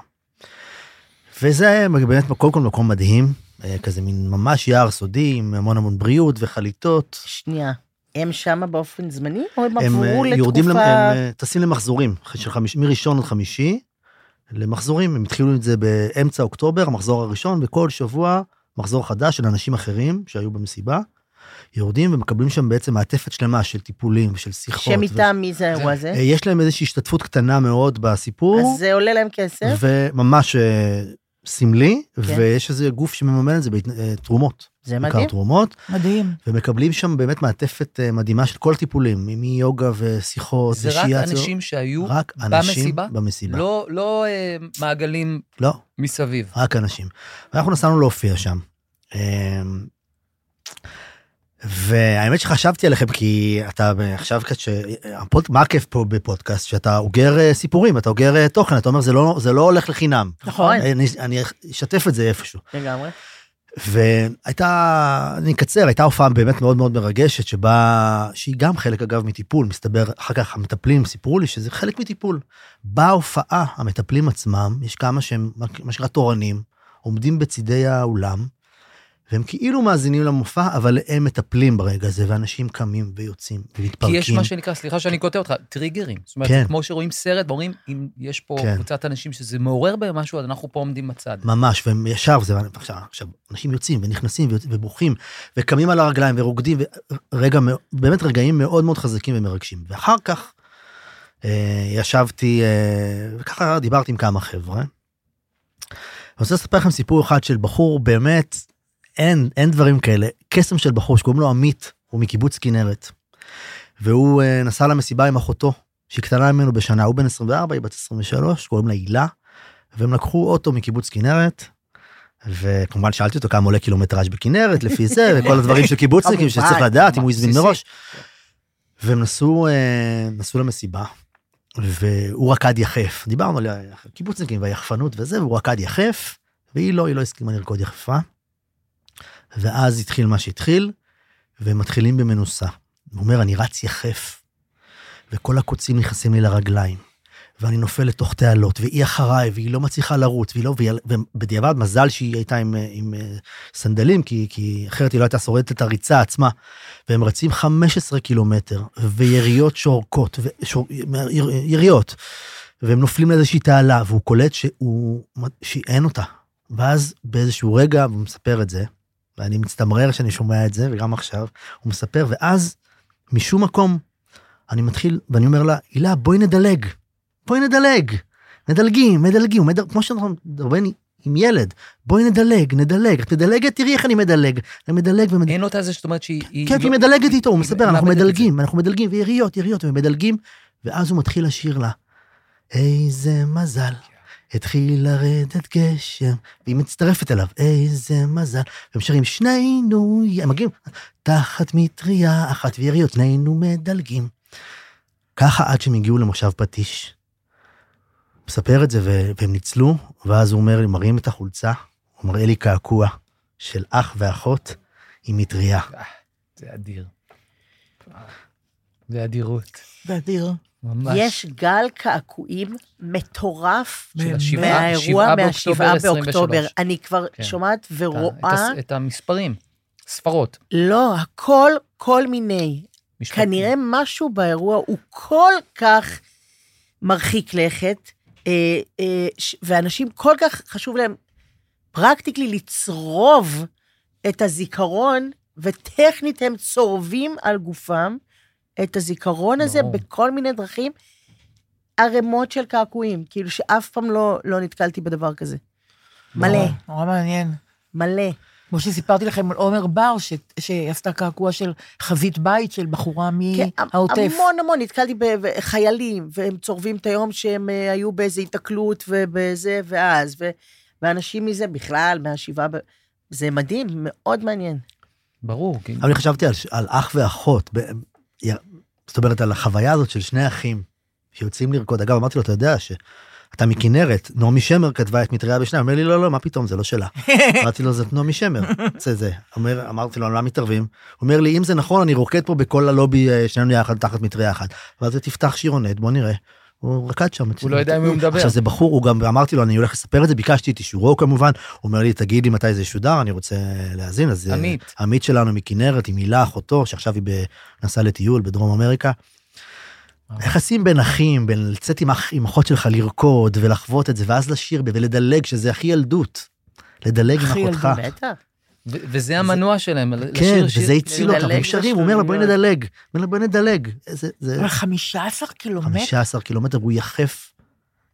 וזה היה באמת, קודם כל מקום מדהים, אה, כזה מין ממש יער סודי, עם המון המון בריאות וחליטות.
שנייה. הם שמה באופן זמני, או הם
הם
עברו
אה, יורדים, למ-
לתקופה...
הם אה, טסים למחזורים, אחרי של חמיש, מראשון עד חמישי, למחזורים, הם התחילו את זה באמצע אוקטובר, המחזור הראשון, וכל שבוע מחזור חדש של אנשים אחרים שהיו במסיבה, יורדים ומקבלים שם בעצם מעטפת שלמה של טיפולים ושל שיחות.
שם
ו-
איתם מי זה האירוע הזה?
אה, יש להם איזושהי השתתפות קטנה מאוד בסיפור,
אז זה עולה להם כסף.
וממש אה, סמלי,
כן.
ויש איזה גוף שמממן את זה בתרומות.
זה מדהים.
תרומות,
מדהים.
ומקבלים שם באמת מעטפת אה, מדהימה של כל הטיפולים, מיוגה ושיחות
זה רק
ושיאצו.
אנשים שהיו
רק אנשים
במסיבה?
במסיבה. לא.
לא, לא אה, מעגלים
לא,
מסביב.
רק אנשים. אנחנו נסענו להופיע שם. אמ, והאמת שחשבתי עליכם, כי אתה עכשיו כש... הפוד... מה הכיף פה בפודקאסט? שאתה אוגר אה, סיפורים, אתה אוגר אה, תוכן, אתה אומר, זה לא, זה לא הולך לחינם.
נכון.
אני, אני אשתף את זה איפשהו.
לגמרי.
והייתה, אני אקצר, הייתה הופעה באמת מאוד מאוד מרגשת, שבה, שהיא גם חלק אגב מטיפול, מסתבר, אחר כך המטפלים סיפרו לי שזה חלק מטיפול. בהופעה, המטפלים עצמם, יש כמה שהם, מה שנקרא תורנים, עומדים בצידי האולם, והם כאילו מאזינים למופע, אבל הם מטפלים ברגע הזה, ואנשים קמים ויוצאים
כי
ומתפרקים.
יש מה שנקרא, סליחה שאני קוטע אותך, טריגרים. זאת אומרת,
כן.
כמו שרואים סרט ואומרים, אם יש פה
כן.
קבוצת אנשים שזה מעורר בהם משהו, אז אנחנו פה עומדים בצד.
ממש, והם ישר, זה, עכשיו, עכשיו, אנשים יוצאים ונכנסים ויוצ- ובורחים, וקמים על הרגליים ורוקדים, ורגע, מאו- באמת רגעים מאוד מאוד חזקים ומרגשים. ואחר כך אה, ישבתי, אה, וככה דיברתי עם כמה חבר'ה. אני רוצה לספר לכם סיפור אחד של בחור, באמת, אין, אין דברים כאלה, קסם של בחור שקוראים לו עמית, הוא מקיבוץ כנרת. והוא אה, נסע למסיבה עם אחותו, שהיא קטנה ממנו בשנה, הוא בן 24, היא בת 23, קוראים לה הילה, והם לקחו אוטו מקיבוץ כנרת, וכמובן שאלתי אותו כמה עולה קילומטראז' בכנרת, לפי זה, וכל הדברים של קיבוצניקים
כמובן,
שצריך לדעת אם הוא הזמין
בסיסי.
מראש. והם נסעו, אה, נסעו למסיבה, והוא רקד יחף. דיברנו על הקיבוצניקים והיחפנות וזה, והוא רקד יחף, והיא לא, היא לא הסכימה לרקוד יחפה. ואז התחיל מה שהתחיל, והם מתחילים במנוסה. הוא אומר, אני רץ יחף, וכל הקוצים נכנסים לי לרגליים, ואני נופל לתוך תעלות, והיא אחריי, והיא לא מצליחה לרוץ, והיא לא, והיא, ובדיעבד מזל שהיא הייתה עם, אה, עם אה, סנדלים, כי, כי אחרת היא לא הייתה שורדת את הריצה עצמה. והם רצים 15 קילומטר, ויריות שורקות, ושור, יר, יריות, והם נופלים לאיזושהי תעלה, והוא קולט שהוא, שהיא אין אותה. ואז באיזשהו רגע, והוא מספר את זה, ואני מצטמרר שאני שומע את זה, וגם עכשיו, הוא מספר, ואז משום מקום, אני מתחיל, ואני אומר לה, הילה, בואי נדלג, בואי נדלג. מדלגים, מדלגים, מדל... כמו שאנחנו מדברים עם ילד, בואי נדלג, נדלג, את מדלגת, תראי איך אני מדלג, אני מדלג ומדלג.
אין אותה זה זאת אומרת שהיא... היא
כן,
לא-
והיא מדלגת איתו, הוא מספר, אנחנו
מאבדת את
מדלגים, אנחנו מדלגים, ויריות, יריות, ומדלגים, ואז הוא מתחיל לשיר לה, איזה מזל, התחיל לרדת גשם, והיא מצטרפת אליו, איזה מזל, והם שרים, שנינו, י-" הם מגיעים, תחת מטריה אחת ויריות, שנינו מדלגים. ככה עד שהם הגיעו למושב פטיש. מספר את זה, ו- והם ניצלו, ואז הוא אומר לי, מרים את החולצה, הוא מראה לי קעקוע של אח ואחות עם מטריה.
זה אדיר. זה אדירות.
באדיר.
ממש.
יש גל קעקועים מטורף
של השבעה,
מהאירוע
שבעה
מהשבעה
באוקטובר 23.
באוקטובר. אני כבר
כן.
שומעת
את ה-
ורואה,
את הס- את המספרים, ספרות.
לא, הכל, כל מיני.
משפטים.
כנראה משהו באירוע הוא כל כך מרחיק לכת, אה, אה, ש- ואנשים כל כך חשוב להם פרקטיקלי לצרוב את הזיכרון, וטכנית הם צורבים על גופם את הזיכרון הזה
ברור.
בכל מיני דרכים, ערימות של קעקועים, כאילו שאף פעם לא, לא נתקלתי בדבר כזה. מלא,
ברור.
נורא מעניין.
מלא.
כמו שסיפרתי לכם על עומר בר, ש... שעשתה קעקוע של חבית בית של בחורה
כן,
מהעוטף.
המון המון, נתקלתי בחיילים, והם צורבים את היום שהם אה, היו באיזו היתקלות ובזה, ואז, ו- ואנשים מזה בכלל, מהשבעה, ב- זה מדהים, מאוד מעניין.
ברור, כי-
אבל אני חשבתי על, על אח ואחות, ב, י- זאת אומרת, על החוויה הזאת של שני אחים שיוצאים לרקוד. אגב, אמרתי לו, אתה יודע שאתה מכנרת, נעמי שמר כתבה את מטריה בשניים. אומר לי, לא, לא, מה פתאום, זה לא שלה.
[LAUGHS]
אמרתי לו, זאת נעמי שמר, זה זה. אומר, אמרתי לו, למה מתערבים? הוא אומר לי, אם זה נכון, אני רוקד פה בכל הלובי, אה, שנינו יחד תחת מטריה אחת. ואז הוא תפתח שירונת, בוא נראה. הוא רקד שם.
הוא לא יודע עם מי הוא מדבר.
עכשיו זה בחור, הוא גם, אמרתי לו, אני הולך לספר את זה, ביקשתי את אישורו כמובן, הוא אומר לי, תגיד לי מתי זה ישודר, אני רוצה להאזין, אז... אה,
עמית.
עמית שלנו מכנרת, עם הילה אחותו, שעכשיו היא ב- נסעה לטיול בדרום אמריקה. היחסים בין אחים, בין לצאת עם, אח, עם אחות שלך לרקוד ולחוות את זה, ואז לשיר ולדלג, שזה הכי ילדות. לדלג עם
הכי
אחותך.
ילדות,
בטח.
ו- וזה המנוע שלהם, ל-
כן,
לשיר שיר.
וזה הציל אותם,
לדלג
הם שרים, הוא אומר לה, בואי
בשטויות."
נדלג. אומר לה, בואי נדלג. זה,
אה,
זה
אבל 15 קילומטר?
15 קילומטר, והוא יחף,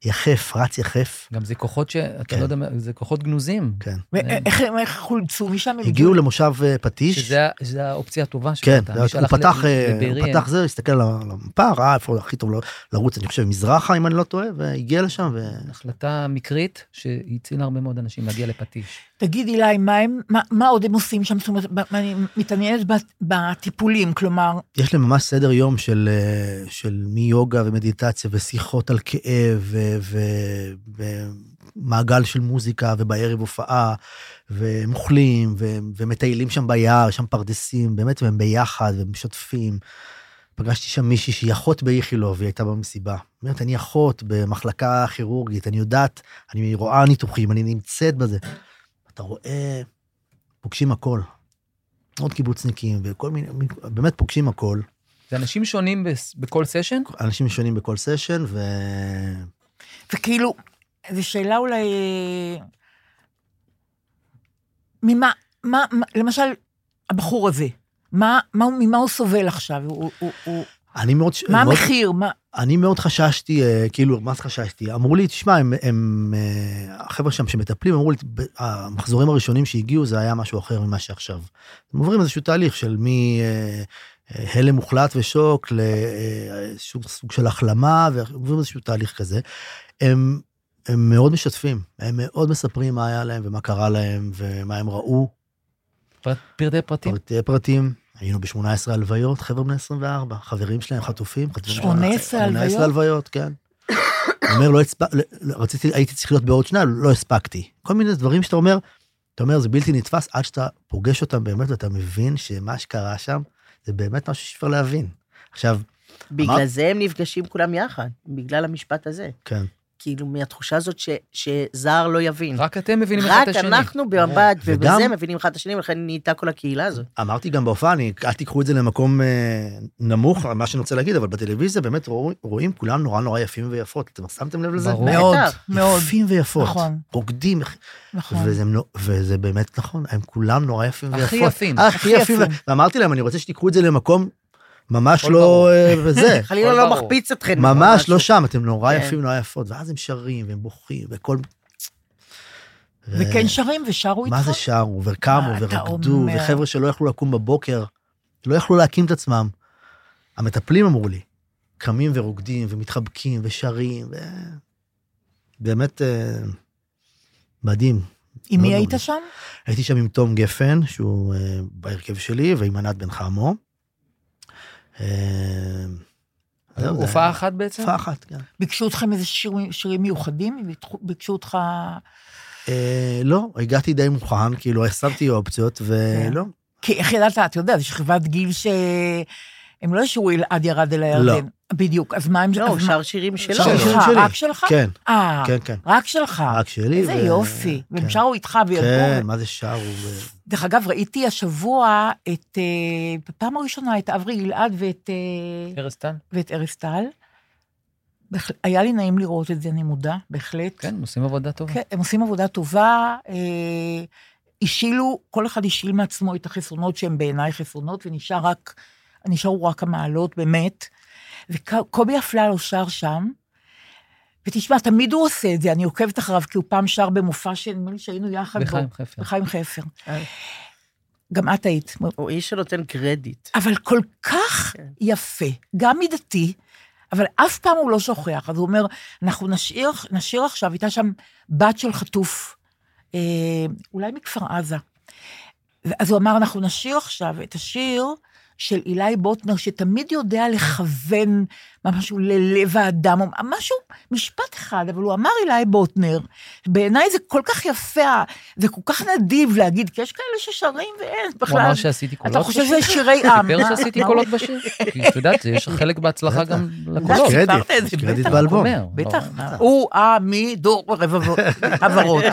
יחף, רץ יחף.
גם זה כוחות ש... אתה
כן.
לא יודע, מה- זה כוחות גנוזים.
כן.
ואיך הם איך חולצו משם? הם
הגיעו למושב אה, פטיש.
שזה ה- שזה האופציה הטובה שלך.
כן, הוא פתח, אה, הוא פתח זה, הסתכל על המפה, ראה איפה הכי טוב ל- לרוץ, אני חושב, מזרחה, אם אני לא טועה, והגיע לשם, ו...
החלטה מקרית שהצילה הרבה מאוד אנשים להגיע לפטיש.
תגיד, אילי, מה, הם, מה, מה עוד הם עושים שם? זאת אומרת, ב- אני מתעניינת בת- בטיפולים, כלומר,
יש להם ממש סדר יום של, אה, של מיוגה ומדיטציה ושיחות על כאב ומעגל של מוזיקה ובערב הופעה והם אוכלים והם- ומטיילים שם ביער, יש שם פרדסים, באמת, והם ביחד ומשתפים. פגשתי שם מישהי שהיא אחות באיכילוב, היא הייתה במסיבה. היא אומרת, אני אחות במחלקה כירורגית, אני יודעת, אני רואה ניתוחים, אני נמצאת בזה. אתה רואה, פוגשים הכל. עוד קיבוצניקים וכל מיני, באמת פוגשים הכל.
זה אנשים שונים בס- בכל סשן?
אנשים שונים בכל סשן, ו...
וכאילו, זו שאלה אולי... אה, ממה, מה, מה, למשל, הבחור הזה, מה, מה, הוא- ממה הוא סובל עכשיו? הוא, הוא, הוא,
אני מאוד...
מה
כן, מאוד,
המחיר? מה,
אני מאוד חששתי, אה, כאילו, מה זה חששתי? אמרו לי, תשמע, הם, הם, אה, החבר'ה שם שמטפלים, אמרו לי, "ב- המחזורים הראשונים שהגיעו זה היה משהו אחר ממה שעכשיו. הם עוברים איזשהו תהליך של מי... אה, הלם מוחלט ושוק לאיזשהו סוג של החלמה, ועוברים איזשהו תהליך כזה. הם, הם מאוד משתפים, הם מאוד מספרים מה היה להם ומה קרה להם ומה הם ראו,
פרט- פרטי פרטים.
פרטי פרטים. היינו ב-18 הלוויות, חבר'ה בני 24, חברים שלהם חטופים. חטופים
18
18 הלוויות, כן. אני אומר, לא הספקתי, רציתי, הייתי צריך להיות בעוד שנה, לא הספקתי. כל מיני דברים שאתה אומר, אתה אומר, זה בלתי נתפס עד שאתה פוגש אותם באמת, ואתה מבין שמה שקרה שם, זה באמת משהו שאי אפשר להבין. עכשיו,
בגלל
אמרת-
זה הם נפגשים כולם יחד, בגלל המשפט הזה.
כן,
כאילו, מהתחושה הזאת ש- שזר לא יבין.
רק אתם מבינים אחד
רק
את השני.
אנחנו במבט
וגם-
ובזה מבינים אחד את השני, ולכן נהייתה כל הקהילה הזאת.
אמרתי גם בהופעה, אני, אל תיקחו את זה למקום אה, נמוך, מה שאני רוצה להגיד, אבל בטלוויזיה באמת רואו, רואים כולם נורא נורא יפים ויפות. אתם שמתם לב לזה?
ברור.
מאוד,
בטח.
מאוד.
יפים ויפות.
נכון.
רוקדים,
נכון.
וזה, נו- וזה באמת נכון, הם כולם נורא יפים ויפות. אה,
הכי יפים.
הכי
הכי
יפים.
יפים.
ואמרתי להם, אני רוצה שתיקחו את זה למקום ממש
הכל
לא
ברור.
אה,
[LAUGHS]
זה.
חלילה
הכל
לא
ברור.
מחפיץ אתכם.
ממש לא שם, אתם נורא
כן.
יפים, נורא יפות. ואז הם שרים, והם בוכים, וכל... אה,
וכן שרים ושרו איתך?
מה זה שרו, וקמו,
מה אתה
ורקדו,
אומר?
וחבר'ה שלא יכלו לקום בבוקר, לא יכלו להקים את עצמם. המטפלים אמרו לי, קמים ורוקדים, ומתחבקים, ושרים, ו... באמת אה, מדהים.
עם מי
מאוד
היית
מאוד.
שם?
הייתי שם עם תום גפן, שהוא אה, בהרכב שלי, ועם ענת בן חמו. אה, זהו,
אה,
זה
הופעה
היה-
אחת בעצם?
הופעה אחת, כן.
ביקשו אתכם איזה שירים, שירים מיוחדים? ביטחו- ביקשו אותך...
אה, לא, הגעתי די מוכן, כאילו, שמתי אופציות,
כן.
לא, ולא.
כי איך ידעת? אתה יודע, זו שכבת גיל ש... הם לא ישרו אלעד ירד אל הירדן. בדיוק, אז מה הם...
לא, הוא
אז מה-
שר שירים שלו.
לא. שר שירים
שלך,
שלי.
רק שלך?
כן,
אה,
כן, כן.
רק שלך.
רק שלי.
איזה
ו-
יופי.
כן.
והם שרו איתך
כן,
וידעו.
מה זה שרו? ו-
דרך אגב, ראיתי השבוע את... אה, בפעם הראשונה את אברי גלעד ואת... אה,
ארז טל?
ואת ארז טל. בהח- היה לי נעים לראות את זה, אני מודה, בהחלט.
כן, הם עושים עבודה טובה.
כן, הם עושים עבודה טובה. אה, השילו, כל אחד השיל מעצמו את החסרונות שהם בעיניי חסרונות, ונשארו רק, נשארו רק המעלות, באמת. וקובי אפללו שר שם, ותשמע, תמיד הוא עושה את זה, אני עוקבת אחריו, כי הוא פעם שר במופע שנדמה לי שהיינו יחד בו.
לחיים חפר.
בחיים חפר.
אה.
גם את היית.
הוא איש שנותן קרדיט.
אבל כל כך
כן.
יפה, גם מידתי, אבל אף פעם הוא לא שוכח. אז הוא אומר, אנחנו נשאיר, נשאיר עכשיו, הייתה שם בת של חטוף, אה, אולי מכפר עזה. אז הוא אמר, אנחנו נשאיר עכשיו את השיר של אילי בוטנר, שתמיד יודע לכוון משהו ללב האדם, או משהו, משפט אחד, אבל הוא אמר אילי בוטנר. בעיניי זה כל כך יפה, זה כל כך נדיב להגיד, כי יש כאלה ששרים ואין,
הוא
בכלל...
אמר שעשיתי קולות.
אתה חושב
בשיר?
שזה שירי עם.
סיפר
מה-
שעשיתי
מה- כן,
קולות בשיר? כי את יודעת, יש חלק בהצלחה גם לקולות.
סיפרת
קרדיט,
את זה,
קרדיט
בטח.
באלבום.
אומר, לא,
בטח, [LAUGHS] הוא עמידור רבבות, עברות.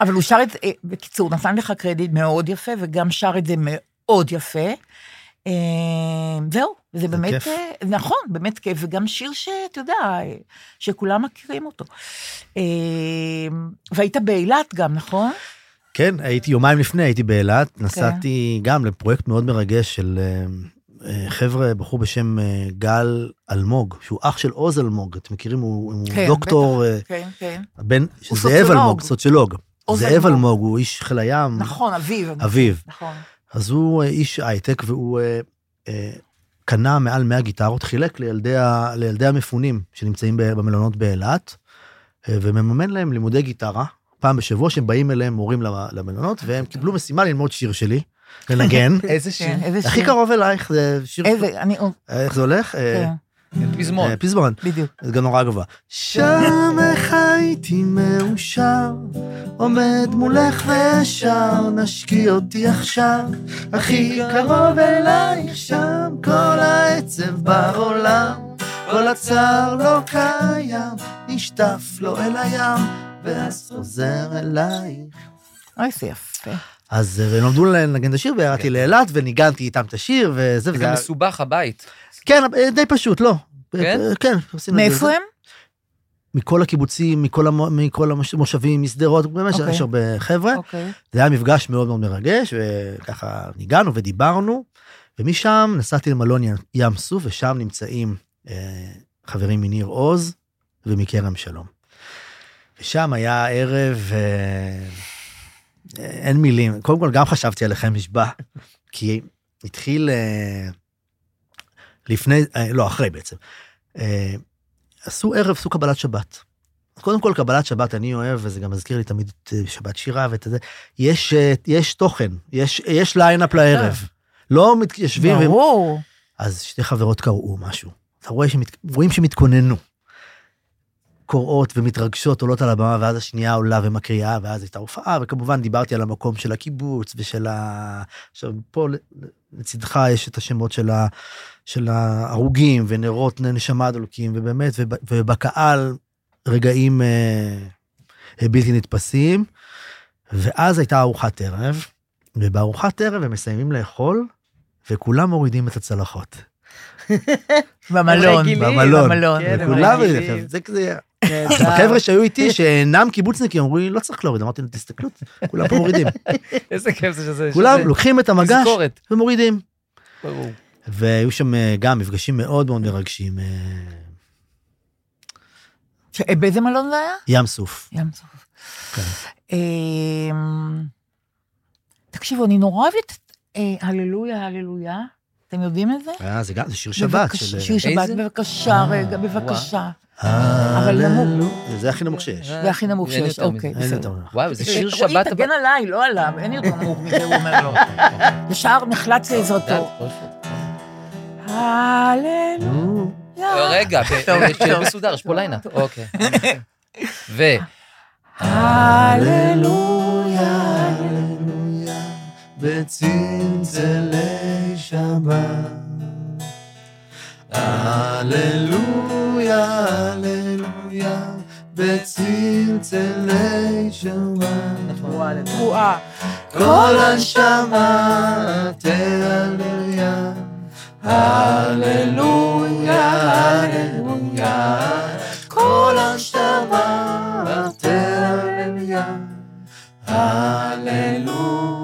אבל הוא שר את, אה, בקיצור, נתן לך קרדיט מאוד יפה, וגם שר את זה מאוד יפה. אה, זהו, זה באמת,
כיף.
אה, נכון, באמת כיף, וגם שיר שאתה יודע, אה, שכולם מכירים אותו. אה, והיית באילת גם, נכון?
כן, הייתי יומיים לפני, הייתי באילת,
אוקיי.
נסעתי גם לפרויקט מאוד מרגש של אה, אה, חבר'ה, בחור בשם אה, גל אלמוג, שהוא אח של עוז אלמוג, אתם מכירים, הוא הוא
כן,
דוקטור, אה,
כן, כן.
בן,
הוא
זאב
סוציולוג.
אלמוג, סוציולוג.
עוז
זאב
אלמוג.
אלמוג, הוא איש חיל הים,
נכון, אביב.
אביו.
נכון.
אז הוא אה, איש הייטק והוא אה, אה, קנה מעל 100 גיטרות, חילק לילדי, ה, לילדי המפונים שנמצאים ב- במלונות באילת, אה, ומממן להם לימודי גיטרה פעם בשבוע, שהם באים אליהם מורים למ- למלונות, והם קיבלו משימה ללמוד שיר שלי, לנגן.
[LAUGHS]
איזה שיר?
כן, איזה
הכי
אה. שיר.
קרוב אלייך, זה שיר...
איזה, אני,
איך זה הולך? אה,
כן,
פזמון.
אה, פזמון.
בדיוק.
זה גם נורא גבוה. שם איך הייתי מאושר, עומד מולך ושר, נשקי אותי עכשיו, הכי קרוב אלייך שם, כל העצב בעולם, כל הצער לא קיים, נשטף לו אל הים, ואז חוזר אלייך.
אוי, זה יפה.
אז אה, והם למדו לנגן את השיר, וירדתי לאילת, וניגנתי איתם את השיר, וזה
זה
וזה.
גם
היה-
[LAUGHS]
מסובך הבית.
כן, אה, די פשוט, לא.
כן?
אה, כן, עשינו את זה.
מאיפה הם?
מכל הקיבוצים, מכל, המו, מכל המוש- המושבים, משדרות, באמת okay.
אוקיי.
יש הרבה חבר'ה. Okay.
אוקיי.
זה היה מפגש מאוד מאוד מרגש, וככה ניגענו ודיברנו, ומשם נסעתי למלון ים- ים סוף, ושם נמצאים אה, חברים מניר עוז ומכרם שלום. ושם היה ערב, אה, אה, אין מילים, קודם כל גם חשבתי עליכם משבע, כי התחיל... אה, לפני, אה, לא, אחרי בעצם. אה, עשו ערב, עשו קבלת שבת. אז קודם כל, קבלת שבת אני אוהב, וזה גם מזכיר לי תמיד את אה, שבת שירה ואת זה. יש, אה, יש תוכן, יש, יש ליינאפ לערב. לא מתיישבים, ו-
ברור.
אז שתי חברות קראו משהו. אתה רואה שמת... רואים שהם התכוננו. קוראות ומתרגשות, עולות על הבמה, ואז השנייה עולה ומקריאה, ואז הייתה הופעה, וכמובן דיברתי על המקום של הקיבוץ ושל ה... עכשיו, פה לצדך יש את השמות של, ה... של ההרוגים, ונרות נשמה דולקים, ובאמת, וב... ובקהל רגעים אה... בלתי נתפסים. ואז הייתה ארוחת ערב, ובארוחת ערב הם מסיימים לאכול, וכולם מורידים את הצלחות.
במלון.
רגילים,
במלון.
במלון.
כן, הם
וכולם
רגילים.
מורידים. זה כזה... החבר'ה שהיו איתי, שאינם קיבוצניקים, אמרו לי, לא צריך להוריד. אמרתי להם, תסתכלו, כולם פה
[LAUGHS]
מורידים.
איזה כיף זה שזה...
כולם
שזה
לוקחים את המגש
תזכורת,
ומורידים.
ברור.
והיו שם אה, גם מפגשים מאוד מאוד מרגשים. אה,
ש- אה, באיזה מלון זה היה?
ים סוף.
ים סוף.
כן.
אמ, תקשיבו, אני נורא אוהבת את אה, הללויה, הללויה. אתם יודעים את זה?
אה, זה גם, זה שיר שבת
בבקשה-
של...
שיר שבת,
איזה?
בבקשה,
אה,
רגע, בבקשה.
אה,
אבל
לא,
נמוך.
לא. זה- זה הכי נמוך שיש.
זה הכי נמוך
אה, אין
שיש,
יותר
אוקיי,
מזה.
אין
בסדר.
יותר נמוך.
וואו, זה שיר
רועי,
שבת...
תגן עליי, לא עליו, אין יותר נמוך מזה, הוא אומר לו. ישר נחלץ
[LAUGHS]
לעזרתו. הללויה.
נו,
רגע, ב-
[LAUGHS] טוב,
אה, שיר
טוב.
מסודר, יש פה ליינה.
טוב.
אוקיי. ו...
הללויה, הללויה, בצלצלי שבת. הללויה, הללויה, בצלצלי שבת.
תרועה.
כל הנשמה תהללויה. הללויה, הללויה, כל הנשמה תהללויה. הללויה.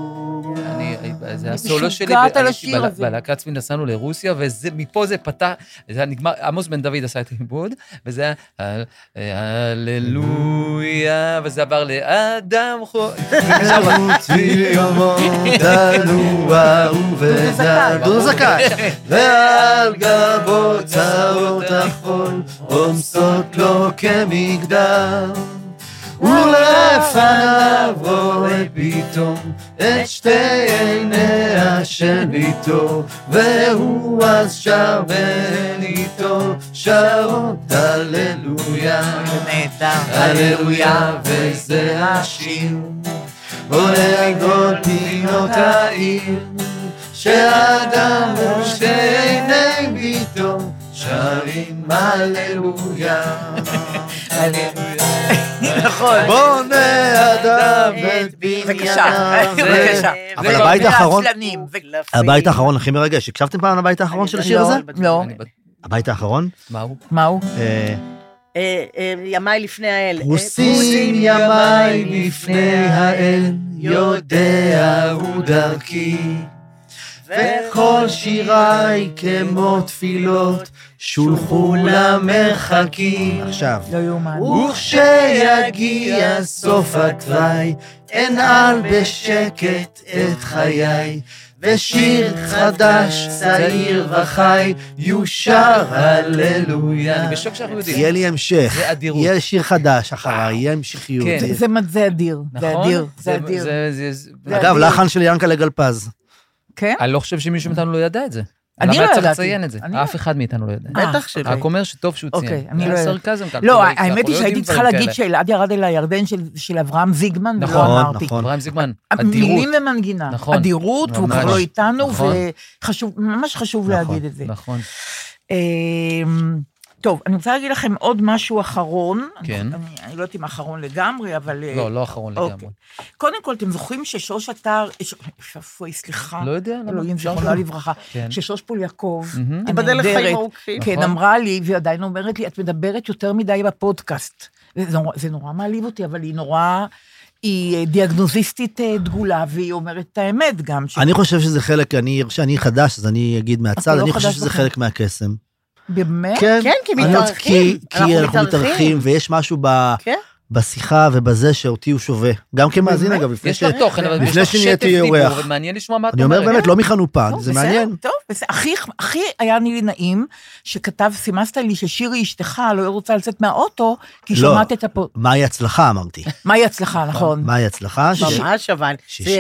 אני, אה, זה
אה, אני
הסולו שלי,
משוגעת
ב-
על
אני-
השיר
בל-
הזה.
בלהקת צבי נסענו לרוסיה, ומפה זה פתח, זה היה נגמר, עמוס בן דוד עשה את העיבוד, וזה היה, "הל- הללויה, וזה עבר לאדם
[LAUGHS]
חו...
דודו זכאי. ועל גבו צרות החול, רומסות לו כמגדל. ולפניו רואה פתאום את שתי עיניה של ביתו, והוא אז שר בהן איתו, שרות הללויה. אה, הללויה, וזה השיר, עולה על כל פינות העיר, שהאדם ושתי עיני ביתו שרים הללויה.
נכון.
בונה אדם את
בבקשה,
בנייניו.
[LAUGHS] בבקשה. לא.
אבל הבית האחרון,
ועצלנים, ו-
הבית האחרון הכי מרגש, הקשבתם פעם לבית האחרון של השיר
לא,
הזה?
לא.
אני בת-
הבית האחרון?
מה הוא?
מה הוא?
אה,
אה, אה, ימיי לפני האל. אה,
פרוסים ימיי לפני האל, יודע הוא דרכי. וכל שיריי כמו תפילות, שולחו למרחקים. עכשיו.
לא יאומן.
וכשיגיע סוף התוואי, אנעל בשקט את חיי, ושיר חדש, צעיר וחי, יושר הללויה.
אני בשוק שאנחנו יודעים.
יהיה לי המשך,
זה אדירות.
יהיה שיר חדש אחריי, יהיה המשכיות.
כן.
זה- זה מה- זה אדיר, זה
נכון?
אדיר, זה אדיר.
זה- זה- זה-
אגב, לחן של ינקלה גלפז.
כן?
אני לא חושב שמישהו מאיתנו לא ידע את זה.
אני לא
למה
ידעתי.
צריך לציין את זה?
אני לא-
אף אחד מאיתנו לא ידע.
אה,
בטח שלא.
רק אומר שטוב שהוא ציין.
אוקיי, אני לא
זה
יודעת.
סרקזם כאן.
לא,
אנחנו
האמת היא
יודעים
שהייתי צריכה
דברים
להגיד
כאלה.
שאלעד ירד אל הירדן של- של אברהם זיגמן,
נכון,
ולא אמרתי.
נכון.
אברהם זיגמן, אדירות.
מילים ומנגינה.
נכון.
אדירות, והוא
ממש.
כבר לא איתנו,
נכון.
וחשוב, ממש חשוב
נכון,
להגיד את זה.
נכון.
אמ, טוב, אני רוצה להגיד לכם עוד משהו אחרון.
כן.
אני, אני לא יודעת אם האחרון לגמרי, אבל... אה,
לא, לא אחרון
אוקיי.
לגמרי.
קודם כל, אתם זוכרים ששוש אתר... ש- אוי, סליחה.
לא יודע, למה?
אלוהים,
אפשר
זיכרונה
גם.
לברכה.
כן.
ששוש פול יעקב,
מהמם.
תיבדל לחיים
הנהדרת,
ארוכים.
כן,
נכון.
אמרה לי, והיא עדיין אומרת לי, את מדברת יותר מדי בפודקאסט. זה נורא, זה נורא מעליב אותי, אבל היא נורא... היא אה, דיאגנוזיסטית אה, דגולה, והיא אומרת את האמת גם. ש-
אני חושב שזה חלק, אני שאני חדש, אז אני אגיד מהצד,
לא
אני חושב
חדש
שזה
לכם.
חלק מהקסם.
באמת?
כן,
כן, כי
אני לא רוצה-
מתארחים.
כי- כי אנחנו מתארחים, ויש משהו ב...
כן.
בשיחה ובזה שאותי הוא שווה. גם כמאזין,
באמת?
אגב, לפני
יש
ש...
לה תוכן, אבל
לפני
יש לה
שנהייתי
שטף דיבור,
אורח.
ומעניין לשמוע מה את
אני אומר
אומרת.
באמת, לא מחנופה,
טוב,
זה
בסדר,
מעניין.
טוב, בסדר. הכי, הכי היה לי נעים שכתב, סימסת לי ששירי אשתך לא רוצה לצאת מהאוטו, כי
לא.
שומעת את הפוד...
מהי הצלחה, אמרתי.
מהי הצלחה, נכון.
מהי הצלחה? ש-
ממש, אבל.
שיש.
זה,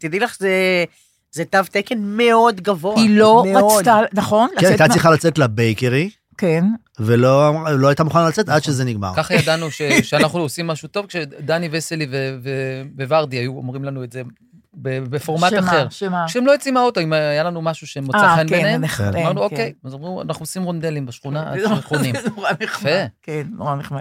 תדעי לך, זה- זה תו תקן מאוד גבוה.
היא לא
מאוד. [LAUGHS]
רצתה, נכון?
כן,
לצאת
הייתה
מה-
צריכה לצאת לבייקרי,
כן.
ולא לא הייתה מוכנה לצאת
נכון.
עד שזה נגמר.
ככה ידענו ש- שאנחנו עושים משהו טוב, כשדני וסלי ו- ו- וורדי היו אומרים לנו את זה ב- בפורמט
שמה,
אחר.
שמה?
כשהם לא יוצאים מהאוטו, אם היה לנו משהו שמוצא
אה,
חן
כן,
ביניהם,
נכון,
אמרנו,
כן.
אוקיי, אז אמרו, אנחנו עושים רונדלים בשכונה,
[LAUGHS]
עד
זה נורא-
שמכונים.
זה נורא נחמד.
יפה.
כן, נורא נחמד.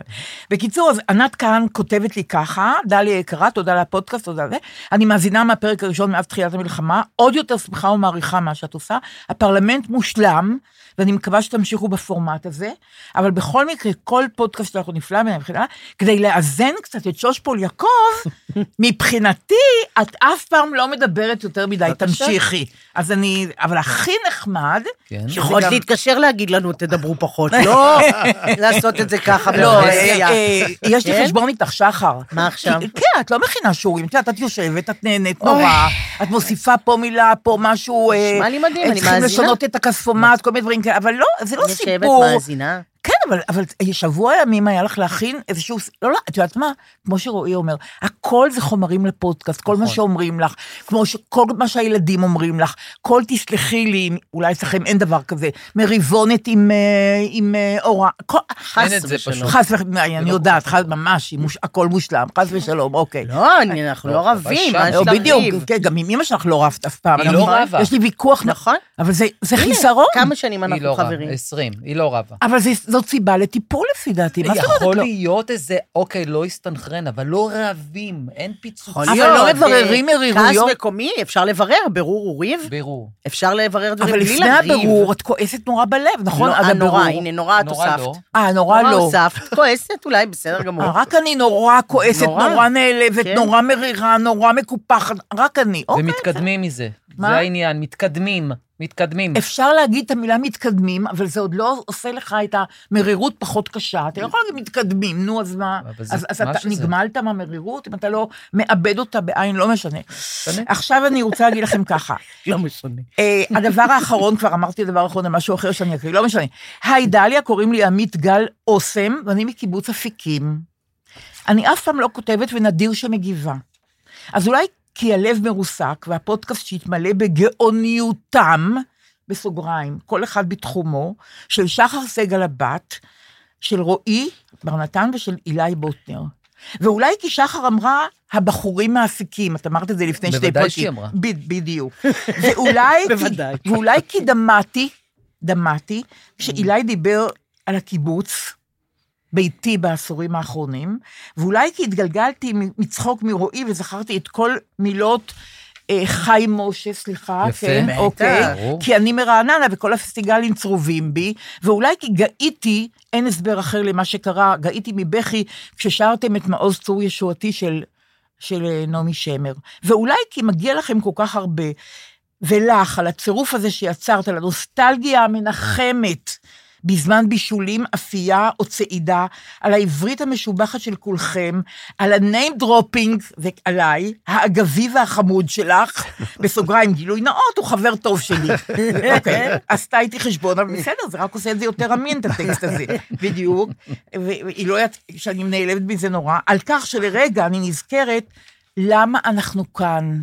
בקיצור, אז ענת כאן כותבת לי ככה, דליה יקרה, תודה לפודקאסט, תודה לזה. אני מאזינה מהפרק הראשון מאז תחילת המלחמה, עוד יותר שמחה ומעריכה מה שאת עושה. הפרלמנט מושלם, ואני מקווה שתמשיכו בפורמט הזה, אבל בכל מקרה, כל פודקאסט שלך הוא נפלא בעיניי מבחינה, כדי לאזן קצת את שוש פול יעקב,
[LAUGHS]
מבחינתי, את אף פעם לא מדברת יותר מדי,
בבקשה.
תמשיכי. אז אני,
כן.
אבל הכי נחמד,
כן.
יכולת
גם-
להתקשר להגיד לנו, תדברו
[LAUGHS]
פחות. לא לעשות את זה ככה.
לא,
בבקשה.
אה, אה, יש לי
כן?
חשבון איתך, שחר.
מה עכשיו?
כי- כן, את לא מכינה שיעורים, את יודעת, את יושבת, את נהנית נורא, את מוסיפה פה מילה, פה משהו... אה,
נשמע לי מדהים,
אה,
אני
צריכים
מאזינה.
לשנות את הכספומט, כל מיני דברים כאלה, אבל לא, זה לא
יושבת
סיפור.
מאזינה.
כן, אבל, אבל שבוע ימים היה לך להכין איזשהו, לא, לא, את יודעת מה? כמו שרועי אומר, הכל זה חומרים לפודקאסט, כל מה
נכון.
שאומרים לך, כמו ש, כל מה שהילדים אומרים לך, כל תסלחי לי, אם- אולי אצלכם אין דבר כזה, מריבונת עם, אה, עם אה, אורה, כל,
חס
אין את זה
ושלום.
פשוט.
חס וחלילה, אני יודעת, חס- ממש, היא מוש- הכל מושלם, חס ושלום, אוקיי.
לא, אני- אנחנו
לא,
לא רבים,
אבל
מה יש
לא,
שם-
לריב?
בדיוק, כן, גם עם אמא שלך לא רבת אף פעם.
היא
אנחנו-
לא רבה.
יש לי ויכוח,
נכון.
אבל זה- זה
הנה,
חיסרון,
כמה שנים
היא
אנחנו
לא
חברים.
רבה, 20, היא לא רבה.
אבל זה- זאת סיבה לטיפול לפי דעתי, מה זאת אומרת
יכול
לא?
להיות איזה, אוקיי, לא הסתנכרן, אבל לא רבים, אין פיצוץ.
אבל
להיות,
לא
אה,
מבררים מרירויות?
כעס מקומי, אפשר לברר, ברור הוא ריב,
לא
בירור.
אפשר לברר דברים
אבל
בלי
לפני
לריב.
הבירור, את כועסת נורא בלב, נכון?
נורא,
עד הבירור.
נורא, הנה, נורא את
נורא
הוספת.
לא.
אה, נורא
נורא
לא.
הוספת, כועסת אולי, בסדר גמור.
אה, רק אני נורא כועסת,
נורא.
נורא נעלבת,
כן.
נורא מרירה, נורא מקופחת, רק אני. אוקיי.
ומתקדמים מזה.
מה?
זה העניין, מתקדמים, מתקדמים.
אפשר להגיד את המילה מתקדמים, אבל זה עוד לא עושה לך את המרירות פחות קשה. אתה לא יכול להגיד מתקדמים, נו, אז מה?
אבל זה-
אז, אז
מה
אתה
שזה.
נגמלת מהמרירות, אם אתה לא מאבד אותה בעין, לא משנה.
משנה.
עכשיו אני רוצה להגיד לכם ככה,
[LAUGHS] לא משנה.
אה, הדבר האחרון, כבר אמרתי דבר אחרון על משהו אחר שאני אקריא, לא משנה. היי דליה, קוראים לי עמית גל אוסם, ואני מקיבוץ אפיקים. אני אף פעם לא כותבת ונדיר שמגיבה. אז אולי כי הלב מרוסק, והפודקאסט שהתמלא בגאוניותם, בסוגריים, כל אחד בתחומו, של שחר סגל הבת, של רועי בר נתן ושל אילי בוטנר. ואולי כי שחר אמרה, הבחורים מעסיקים, את אמרת את זה לפני שתי פרקים.
בוודאי שהיא אמרה.
ב- בדיוק.
[LAUGHS]
ואולי, כי-
בוודאי.
ואולי כי דמעתי, דמעתי, כשאילי דיבר על הקיבוץ, ביתי בעשורים האחרונים, ואולי כי התגלגלתי מ- מצחוק מרועי וזכרתי את כל מילות אה, חיים משה, סליחה,
יפה.
כן,
בטח.
אוקיי,
ברור.
כי אני מרעננה וכל הפסטיגלים צרובים בי, ואולי כי גאיתי, אין הסבר אחר למה שקרה, גאיתי מבכי כששרתם את מעוז צור ישועתי של, של אה, נעמי שמר, ואולי כי מגיע לכם כל כך הרבה. ולך, על הצירוף הזה שיצרת, על הנוסטלגיה המנחמת בזמן בישולים, אפייה או צעידה, על העברית המשובחת של כולכם, על ה-name dropping, זה עליי, האגבי והחמוד שלך, [LAUGHS] בסוגריים, גילוי נאות, הוא חבר טוב שלי. אוקיי, עשתה איתי חשבון, אבל בסדר, זה רק עושה את זה יותר אמין, את הטקסט הזה, בדיוק. ו- והיא לא יודעת שאני נעלבת מזה נורא, על כך שלרגע אני נזכרת, למה אנחנו כאן?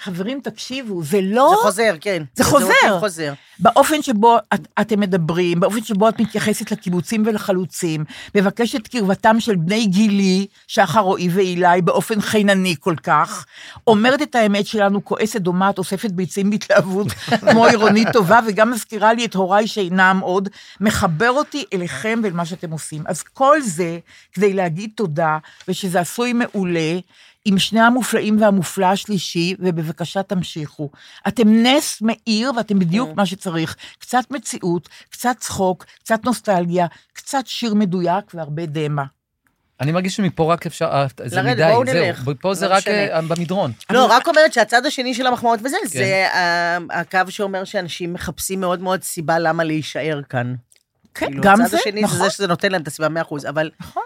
חברים, תקשיבו, זה לא...
זה חוזר, כן.
זה חוזר.
אותי חוזר.
באופן שבו את, אתם מדברים, באופן שבו את מתייחסת לקיבוצים ולחלוצים, מבקשת קרבתם של בני גילי, שחר, רועי ואילי, באופן חינני כל כך, אומרת את האמת שלנו, כועסת, דומעת, אוספת ביצים בהתלהבות, כמו עירונית טובה, וגם מזכירה לי את הוריי שאינם עוד, מחבר אותי אליכם ואל מה שאתם עושים. אז כל זה כדי להגיד תודה, ושזה עשוי מעולה. עם שני המופלאים והמופלא השלישי, ובבקשה תמשיכו. אתם נס מאיר ואתם בדיוק
כן.
מה שצריך. קצת מציאות, קצת צחוק, קצת נוסטלגיה, קצת שיר מדויק והרבה דמע.
אני מרגיש שמפה רק אפשר, אה, זה
לרדת,
מדי,
בואו נלך.
זהו. פה זה
לא
רק
משנה.
אה, במדרון.
לא, רק אומרת שהצד השני של המחמאות וזה,
כן.
זה ה- הקו שאומר שאנשים מחפשים מאוד מאוד סיבה למה להישאר כאן.
כן,
כאילו,
גם
הצד
זה,
השני
נכון.
זה זה שזה נותן להם את הסיבה 100%, אבל
נכון.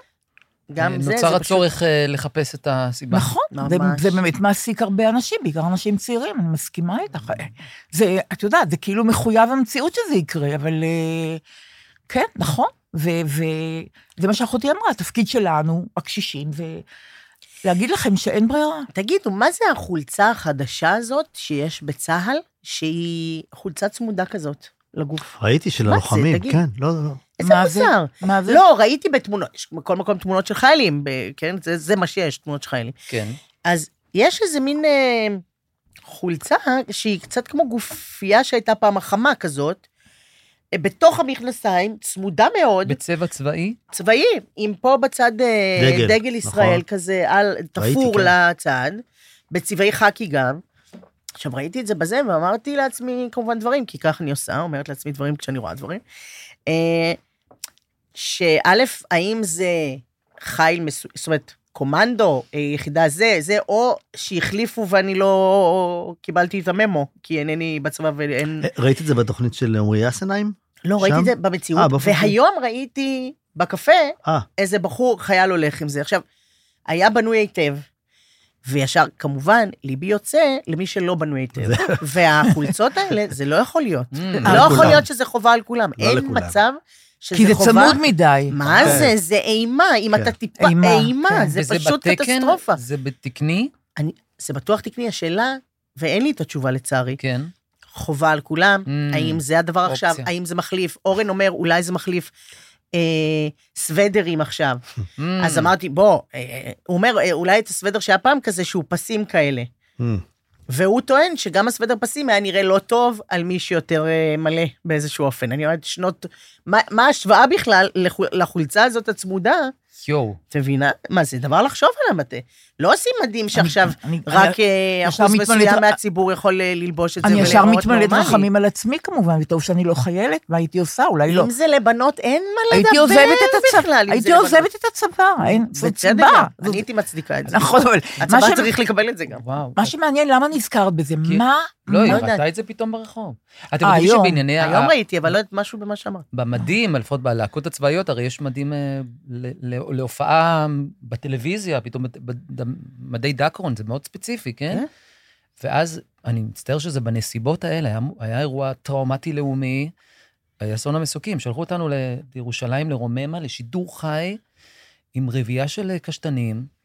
גם זה,
אה, נוצר
זה פשוט...
הצורך אה, לחפש את הסיבה.
נכון, זה,
ממש.
זה באמת מעסיק הרבה אנשים, בעיקר אנשים צעירים, אני מסכימה איתך. זה, את יודעת, זה כאילו מחויב המציאות שזה יקרה, אבל אה, כן, נכון. וזה מה שאחותי אמרה, התפקיד שלנו, הקשישים, ולהגיד לכם שאין ברירה.
תגידו, מה זה החולצה החדשה הזאת שיש בצה"ל, שהיא חולצה צמודה כזאת לגוף?
ראיתי של
מה זה?
הלוחמים,
תגיד.
כן, לא, לא.
איזה
מה זה?
מוזר.
מה זה?
לא, ראיתי בתמונות, יש בכל מקום תמונות של חיילים, ב- כן? זה, זה מה שיש, תמונות של חיילים.
כן.
אז יש איזה מין אה, חולצה שהיא קצת כמו גופייה שהייתה פעם החמה כזאת, אה, בתוך המכנסיים, צמודה מאוד,
בצבע צבאי,
צבאי, עם פה בצד אה,
דגל,
דגל ישראל
נכון.
כזה, על, תפור
כן.
לצד, בצבעי חאקי גם. עכשיו, ראיתי את זה בזה, ואמרתי לעצמי כמובן דברים, כי כך אני עושה, אומרת לעצמי דברים כשאני רואה דברים. אה, שא', האם זה חיל מסו... זאת אומרת, קומנדו, אה, יחידה זה, זה, או שהחליפו ואני לא קיבלתי את הממו, כי אינני בצבא ואין...
אה, ראית את זה בתוכנית של אורי אסנהיים?
לא,
שם?
ראיתי את זה
אה,
במציאות,
באופן כללי.
והיום ראיתי בקפה,
אה,
איזה בחור, חייל הולך עם זה. עכשיו, היה בנוי היטב, וישר, כמובן, ליבי יוצא למי שלא בנוי היטב. והחולצות האלה, זה לא יכול להיות.
Mm.
לא
על
יכול
כולם.
להיות שזה חובה על כולם.
לא
אין
לכולם.
מצב שזה
כי זה
חובה...
צמוד מדי.
מה
כן.
זה? זה אימה. אם
כן.
אתה טיפה...
אימה,
אימה.
כן.
זה
וזה
פשוט
בתקן,
קטסטרופה.
זה בתקני,
אני- זה בטוח תקני, השאלה, ואין לי את התשובה לצערי,
כן.
חובה על כולם.
Mm.
האם זה הדבר
אופציה.
עכשיו? האם זה מחליף? אורן אומר, אולי זה מחליף אה, סוודרים עכשיו.
Mm.
אז אמרתי, בוא, אה, אה, הוא אומר, אה, אולי את הסוודר שהיה פעם כזה, שהוא פסים כאלה.
אה,
והוא טוען שגם הסוודר פסים היה נראה לא טוב על מי שיותר אה, מלא באיזשהו אופן. אני אומרת, שנות... מה מה ההשוואה בכלל לחו- לחולצה הזאת הצמודה?
יואו.
את מבינה? מה, זה דבר לחשוב עליו, מטה. לא עושים מדהים שעכשיו
אני-
רק אה,
ישר
אחוז
מתמלאת-
מסוים מהציבור יכול אה, ללבוש את זה
אני ישר
ולהיראות
מתמלאת
נורמלי.
רחמים על עצמי כמובן, וטוב שאני לא חיילת, מה הייתי עושה? אולי לא.
אם זה לבנות, אין מה לדבר
הייתי
בכלל.
עוזבת את הצבא,
אם זה
הייתי
לבנות.
עוזבת את הצבא, אין, זאת
בצדק,
סיבה.
אני הייתי מצדיקה את זה.
נכון, אבל מה
הצבא
ש-
צריך לקבל את זה גם.
וואו.
מה שמעניין, למה נזכרת בזה?
כי-
מה?
לא,
לא
היא
יודעת.
ראתה את זה פתאום ברחוב. אתם
אה,
יודעים
היום.
שבענייני... ה-
היום ראיתי, אבל לא יודעת משהו במה שאמרת.
במדים, לפחות בלהקות הצבאיות, הרי יש מדים אה, ל- ל- להופעה בטלוויזיה, פתאום בת- במדי דקרון, זה מאוד ספציפי, כן?
כן.
ואז, אני מצטער שזה בנסיבות האלה, היה, היה אירוע טראומטי לאומי, היה אסון המסוקים, שלחו אותנו ל- לירושלים, לרוממה, לשידור חי, עם רביעייה של אה, קשתנים,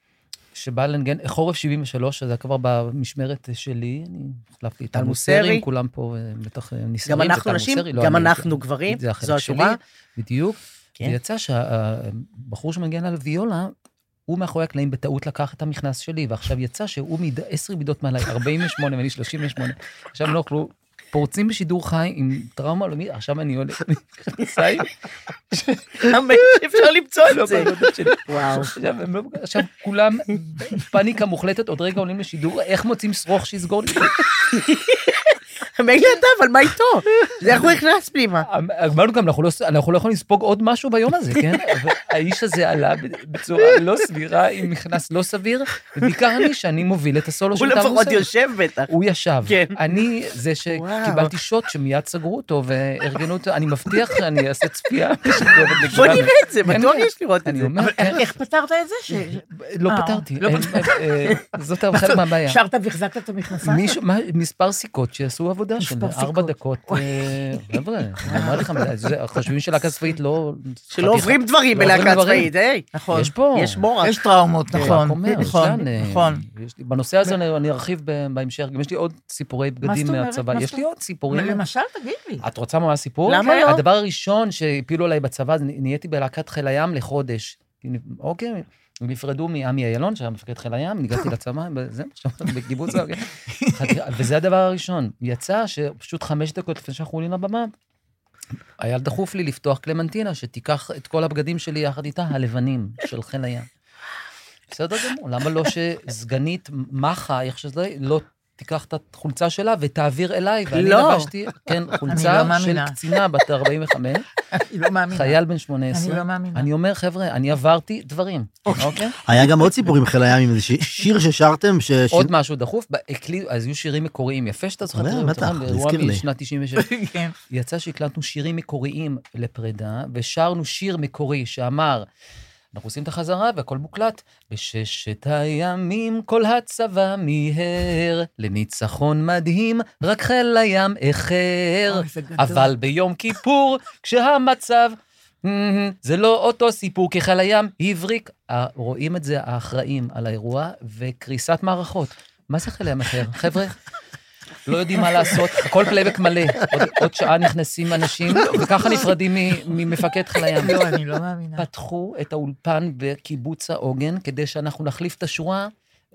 שבאה לנגן, חורף 73, שזה היה כבר במשמרת שלי, אני החלפתי את
טל
טל
מוסרי.
מוסרי, כולם פה אה, בטח אה, נסערים,
גם
זה
אנחנו
טל
נשים,
מוסרי, לא,
גם
אני-
אנחנו גברים,
זה החלק
זו
שלי.
[LAUGHS] השורה.
בדיוק.
כן.
כן. ויצא שהבחור שמנגן על ויולה, הוא מאחורי הקלעים בטעות לקח את המכנס שלי, ועכשיו יצא שהוא מיד, עשר מידות מעליי, 48 ואני 38. עכשיו לא אוכלו, פורצים בשידור חי עם טראומה עולמית, עכשיו אני עולה עם מכנסיים,
אפשר למצוא
לא
את זה.
בעבודות שלי.
וואו.
עכשיו, הם לא- עכשיו כולם פאניקה מוחלטת, עוד רגע עולים לשידור, איך מוצאים שרוך שיסגור לי?
מילא אתה, אבל מה איתו? זה איך הוא נכנס
[LAUGHS]
פנימה.
אמרנו גם, אנחנו לא, אנחנו לא יכולים לספוג עוד משהו ביום הזה,
[LAUGHS]
כן? אבל האיש הזה עלה בצורה לא סבירה, עם מכנס לא סביר, ובעיקר אני, שאני מוביל את הסולו
הוא
של טל
לפחות
מוסר.
יושב בטח.
הוא ישב.
כן.
אני זה שקיבלתי שוט שמיד סגרו אותו וארגנו אותו, אני מבטיח שאני אעשה צפייה.
[LAUGHS] בוא נראה את זה,
כן,
בטוח
כן.
יש לראות את
אני
זה. אה,
אומר,
איך איך פתרת את זה? ש-
לא
אה,
פתרתי.
לא
אין- אין- אה, זאת חלק מהבעיה.
שרת והחזקת את המכנסיים?
מישהו- מה- מספר סיכות שיעשו עבודה של
מספר
ארבע
סיכות.
דקות. אה, חבר'ה, אני אומר לכם, זה- חושבים שלהקה צבאית לא...
שלא עוברים דברים
לא עוברים
בלהקה
דברים.
צבאית, היי.
נכון.
יש פה.
יש אה, מורק.
יש טראומות,
אני
נכון.
רק אומר,
נכון,
יש לאן,
נכון.
אה, יש לי- בנושא הזה אני אני ארחיב ב- בהמשך, גם יש לי עוד סיפורי בגדים
אומרת?
מהצבא.
מה
יש
זאת
לי עוד סיפורים.
למשל, תגיד לי.
אה,
את רוצה ממש סיפור? אוקיי.
למה לא?
הדבר הראשון שהפילו עליי בצבא, זה נהייתי בלהקת חיל הים לחודש. אוקיי, הם נפרדו מעמי אילון, שהיה מפקד חיל הים,
[LAUGHS]
ניגעתי לצבא, זה מה שאומרת, בקיבוץ, אוקיי. חתיכה- וזה הדבר הראשון. יצא שפשוט חמש דקות לפני שאנחנו עולים לבמה, היה דחוף לי לפתוח קלמנטינה, שתיקח את כל הבגדים שלי יחד איתה, הלבנים של חיל הים. בסדר גמור, למה לא שסגנית מח"א, איך שזה, לא תיקח את החולצה שלה ותעביר אליי, ואני
לא.
לבשתי, כן,
לא
חולצה של
מאמינה.
קצינה בת 45,
[LAUGHS] אני לא מאמינה.
חייל בן
אני
18.
לא מאמינה.
אני אומר, חבר'ה, אני עברתי דברים, אוקיי?
היה גם עוד סיפור עם חיל הים, עם איזה ש- שיר ששרתם, ש... ש-
עוד משהו דחוף, בהקליט- אז היו שירים מקוריים, יפה שאתה זוכר את
אה,
זה,
בטח,
נכון?
זה
באירוע
הזכיר לי.
משנת 96.
[LAUGHS]
כן.
יצא שהקלטנו שירים מקוריים לפרידה, ושרנו שיר מקורי שאמר, אנחנו עושים את החזרה והכל מוקלט. בששת הימים כל הצבא מיהר, לניצחון מדהים, רק חיל הים איחר.
אוי, זה גדול.
אבל ביום כיפור, כשהמצב... זה לא אותו סיפור, כי חיל הים הבריק. אה, רואים את זה האחראים על האירוע וקריסת מערכות. מה זה חיל הים אחר? חבר'ה, לא יודעים מה לעשות, הכל פלייבק מלא. עוד, עוד שעה נכנסים אנשים,
לא.
וככה נפרדים מ- ממפקד חיל הים.
לא, אני לא מאמינה.
פתחו את האולפן בקיבוץ העוגן כדי שאנחנו נחליף את השורה,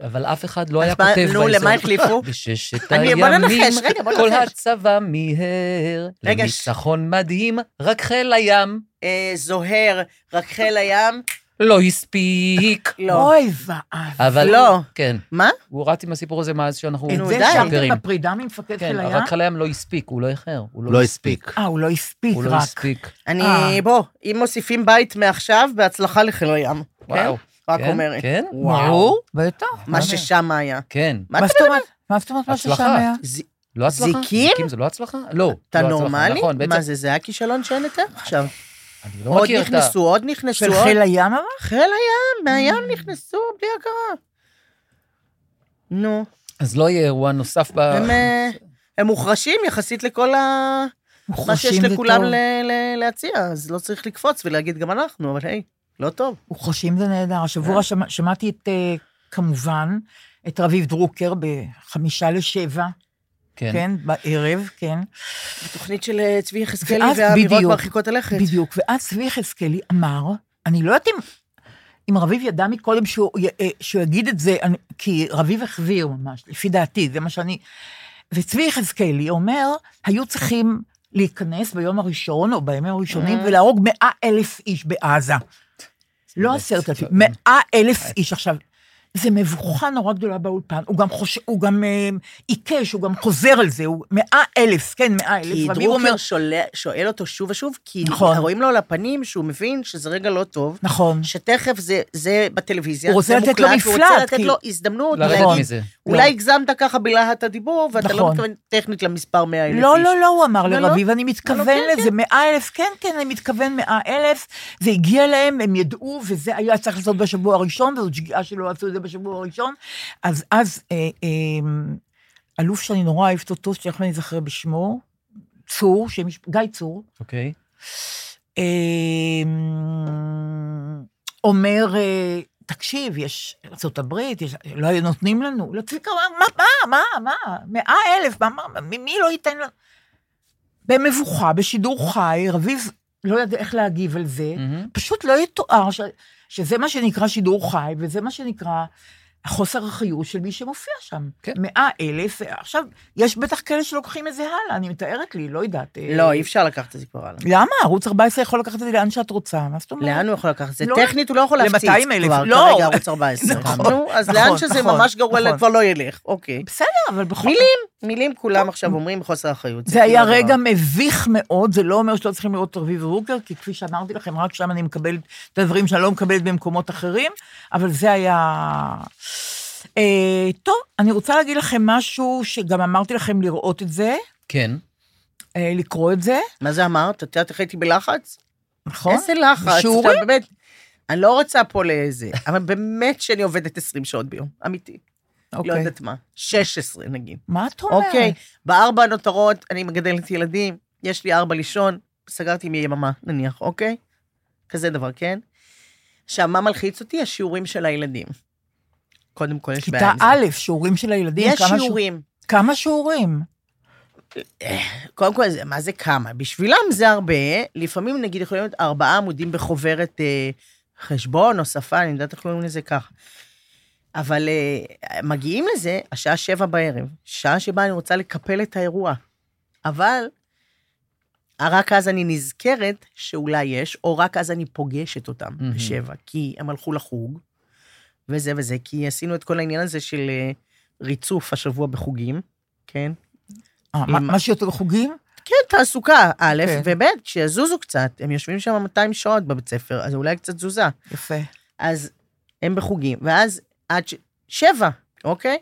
אבל אף אחד לא
אז
היה כותב
מה-
באזור.
נו,
[LAUGHS]
למה החליפו?
בששת
אני- בוא
הימים,
ננחש, רגע, בוא
כל
ננחש.
הצבא מיהר,
רגע,
לניצחון מדהים, רק חיל הים
אה, זוהר, רק חיל הים?
לא הספיק.
לא.
אוי ואב.
אבל...
לא.
כן.
מה?
הוא רץ עם הסיפור הזה מאז שאנחנו...
את
נו,
זה
די.
מכירים.
שרתם בפרידה ממפקד
כן,
חיל הים?
רק חיל הים לא הספיק, הוא לא איחר. הוא
לא הספיק.
אה, הוא לא הספיק
הוא לא
רק.
הספיק.
אני,
אה.
בוא, אם מוסיפים בית מעכשיו, בהצלחה לחיל הים.
וואו.
רק
כן,
אומרת.
כן,
וואו.
בטח.
מה ששם היה.
כן.
מה
מה
אתה
זאת אומרת? מה זאת אומרת מה
הצלחה.
ששם היה?
זה-
לא הצלחה?
זיקים?
זיקים זה לא הצלחה? לא.
אתה
לא הצלחה,
נורמלי?
נכון, בעצם...
מה זה, זה היה כישלון שאין יותר עכשיו.
אני לא
עוד
מכיר את ה...
נכנסו, עוד נכנסו.
של
עוד-
חיל הים אמר?
חיל הים, מהים נכנסו בלי הכרה. נו,
אז לא יהיה אירוע נוסף ב...
הם, אה, הם מוחרשים יחסית לכל ה... מה שיש
מוחשים זה
לכולם
טוב.
ל- ל- להציע, אז לא צריך לקפוץ ולהגיד גם אנחנו, אבל היי, לא טוב.
מוחשים זה נהדר.
כן.
השבוע שמע- שמעתי את, אה, כמובן, את רביב דרוקר בחמישה לשבע,
כן.
כן, בערב, כן.
התוכנית של אה, צבי יחזקאלי
ואז
והאמירות
בדיוק.
מרחיקות הלכת.
בדיוק, ואז צבי יחזקאלי אמר, אני לא יודעת אם, אם רביב ידע מקודם שהוא, י- אה, שהוא יגיד את זה, אני- כי רביב החזיר ממש, לפי דעתי, זה מה שאני... וצבי יחזקאלי אומר, היו צריכים להיכנס ביום הראשון, או בימים
אה.
הראשונים, ולהרוג מאה אלף איש בעזה. לא עשרת אלפים, מאה אלף
אה.
איש. עכשיו, זה מבוכה נורא גדולה באולפן, הוא גם חוש... הוא גם אה, עיקש, הוא גם חוזר על זה, הוא מאה אלף, כן, מאה אלף.
כי
רביב אומר,
דרוקר שואל- שואל אותו שוב ושוב, כי
נכון.
רואים לו על הפנים שהוא מבין שזה רגע לא טוב,
נכון.
שתכף זה- זה בטלוויזיה,
הוא רוצה
זה
לתת לו
מוקלט, הוא רוצה
מפלט,
לתת
כי- לא.
לו הזדמנות,
לרדת
להגיד,
מזה.
אולי הגזמת ככה בלהט הדיבור, ואתה לא
נכון.
מתכוון טכנית למספר 100 אלף איש.
לא, לא, לא, הוא אמר
לא,
לרביב, אני מתכוון
כן,
לזה, מאה אלף, כן, כן, אני מתכוון מאה אלף, זה הגיע להם, הם ידעו, וזה היה צריך לעשות בשבוע הראשון, וזו שגיאה שלא עשו את זה בשבוע הראשון. אז אז, אה, אה, אלוף שאני נורא אוהבת אותו, שתכף אני אזכר בשמו, צור, שם משפ- גיא צור,
אוקיי.
כן.
אה, אומר, אה, תקשיב, יש ארה"ב, יש... לא היו נותנים לנו. לא, צביקה, מה, מה, מה, מה, מאה אלף, מה, מה, מי, מי לא ייתן לנו? במבוכה, בשידור חי, רביב לא ידע איך להגיב על זה.
מהמם.
פשוט לא יתואר ש... שזה מה שנקרא שידור חי, וזה מה שנקרא חוסר החיות של מי שמופיע שם.
כן.
מאה אלף, עכשיו, יש בטח כאלה שלוקחים את זה הלאה, אני מתארת לי, לא יודעת. אה,
לא, אי אפשר לקחת את זה כבר הלאה.
למה? ערוץ 14 יכול לקחת את זה לאן שאת רוצה, מה זאת אומרת?
לאן הוא יכול לקחת את זה?
לא.
טכנית הוא לא יכול להפציץ כבר,
ל-200,000, לא.
כרגע ערוץ
[LAUGHS]
14.
נכון,
נו, אז
נכון,
לאן שזה
נכון,
ממש גרוע,
נכון.
כבר לא ילך, אוקיי.
בסדר, אבל בכל
מילים, מילים כולם עכשיו אומרים חוסר אחריות.
זה היה
כאילו הדבר.
רגע מביך מאוד, זה לא אומר שלא צריכים לראות את רביב דרוקר, כי כפי שאמרתי לכם, רק שם אני מקבלת את הדברים שאני לא מקבלת במקומות אחרים, אבל זה היה... אה, טוב, אני רוצה להגיד לכם משהו שגם אמרתי לכם לראות את זה,
כן.
אה, לקרוא את זה,
מה זה אמרת? את יודעת איך הייתי בלחץ?
נכון?
איזה לחץ.
בשיעורים?
אתה באמת, אני לא רוצה פה לזה, אבל באמת שאני עובדת 20 שעות ביום, אמיתי. לא
אוקיי. אה.
יודעת מה. 16 נגיד.
מה את אומרת?
אוקיי, בארבע הנותרות אני מגדלת ילדים, יש לי ארבע לישון, סגרתי מיממה, נניח, אוקיי? כזה דבר, כן? עכשיו, מה מלחיץ אותי? השיעורים של הילדים. קודם כל, יש בעיה
כיתה
עם זה.
א', שיעורים של הילדים,
יש
כמה שיעור-
שיעורים.
כמה שיעורים?
קודם כל, זה- מה זה כמה? בשבילם זה הרבה, לפעמים נגיד יכולים להיות ארבעה עמודים בחוברת אה, חשבון או שפה, אני יודעת איך קוראים לזה ככה. אבל אה, מגיעים לזה השעה שבע בערב, שעה שבה אני רוצה לקפל את האירוע. אבל רק אז אני נזכרת שאולי יש, או רק אז אני פוגשת אותם
מהמם.
בשבע, כי הם הלכו לחוג, וזה וזה, כי עשינו את כל העניין הזה של אה, ריצוף השבוע בחוגים, כן?
אה, מה-
עם-
מה שיותר בחוגים?
כן, תעסוקה, א',
כן.
וב', שיזוזו קצת. הם יושבים שם 200 שעות בבית ספר, אז אולי קצת תזוזה.
יפה.
אז הם בחוגים, ואז עד ש... שבע, אוקיי?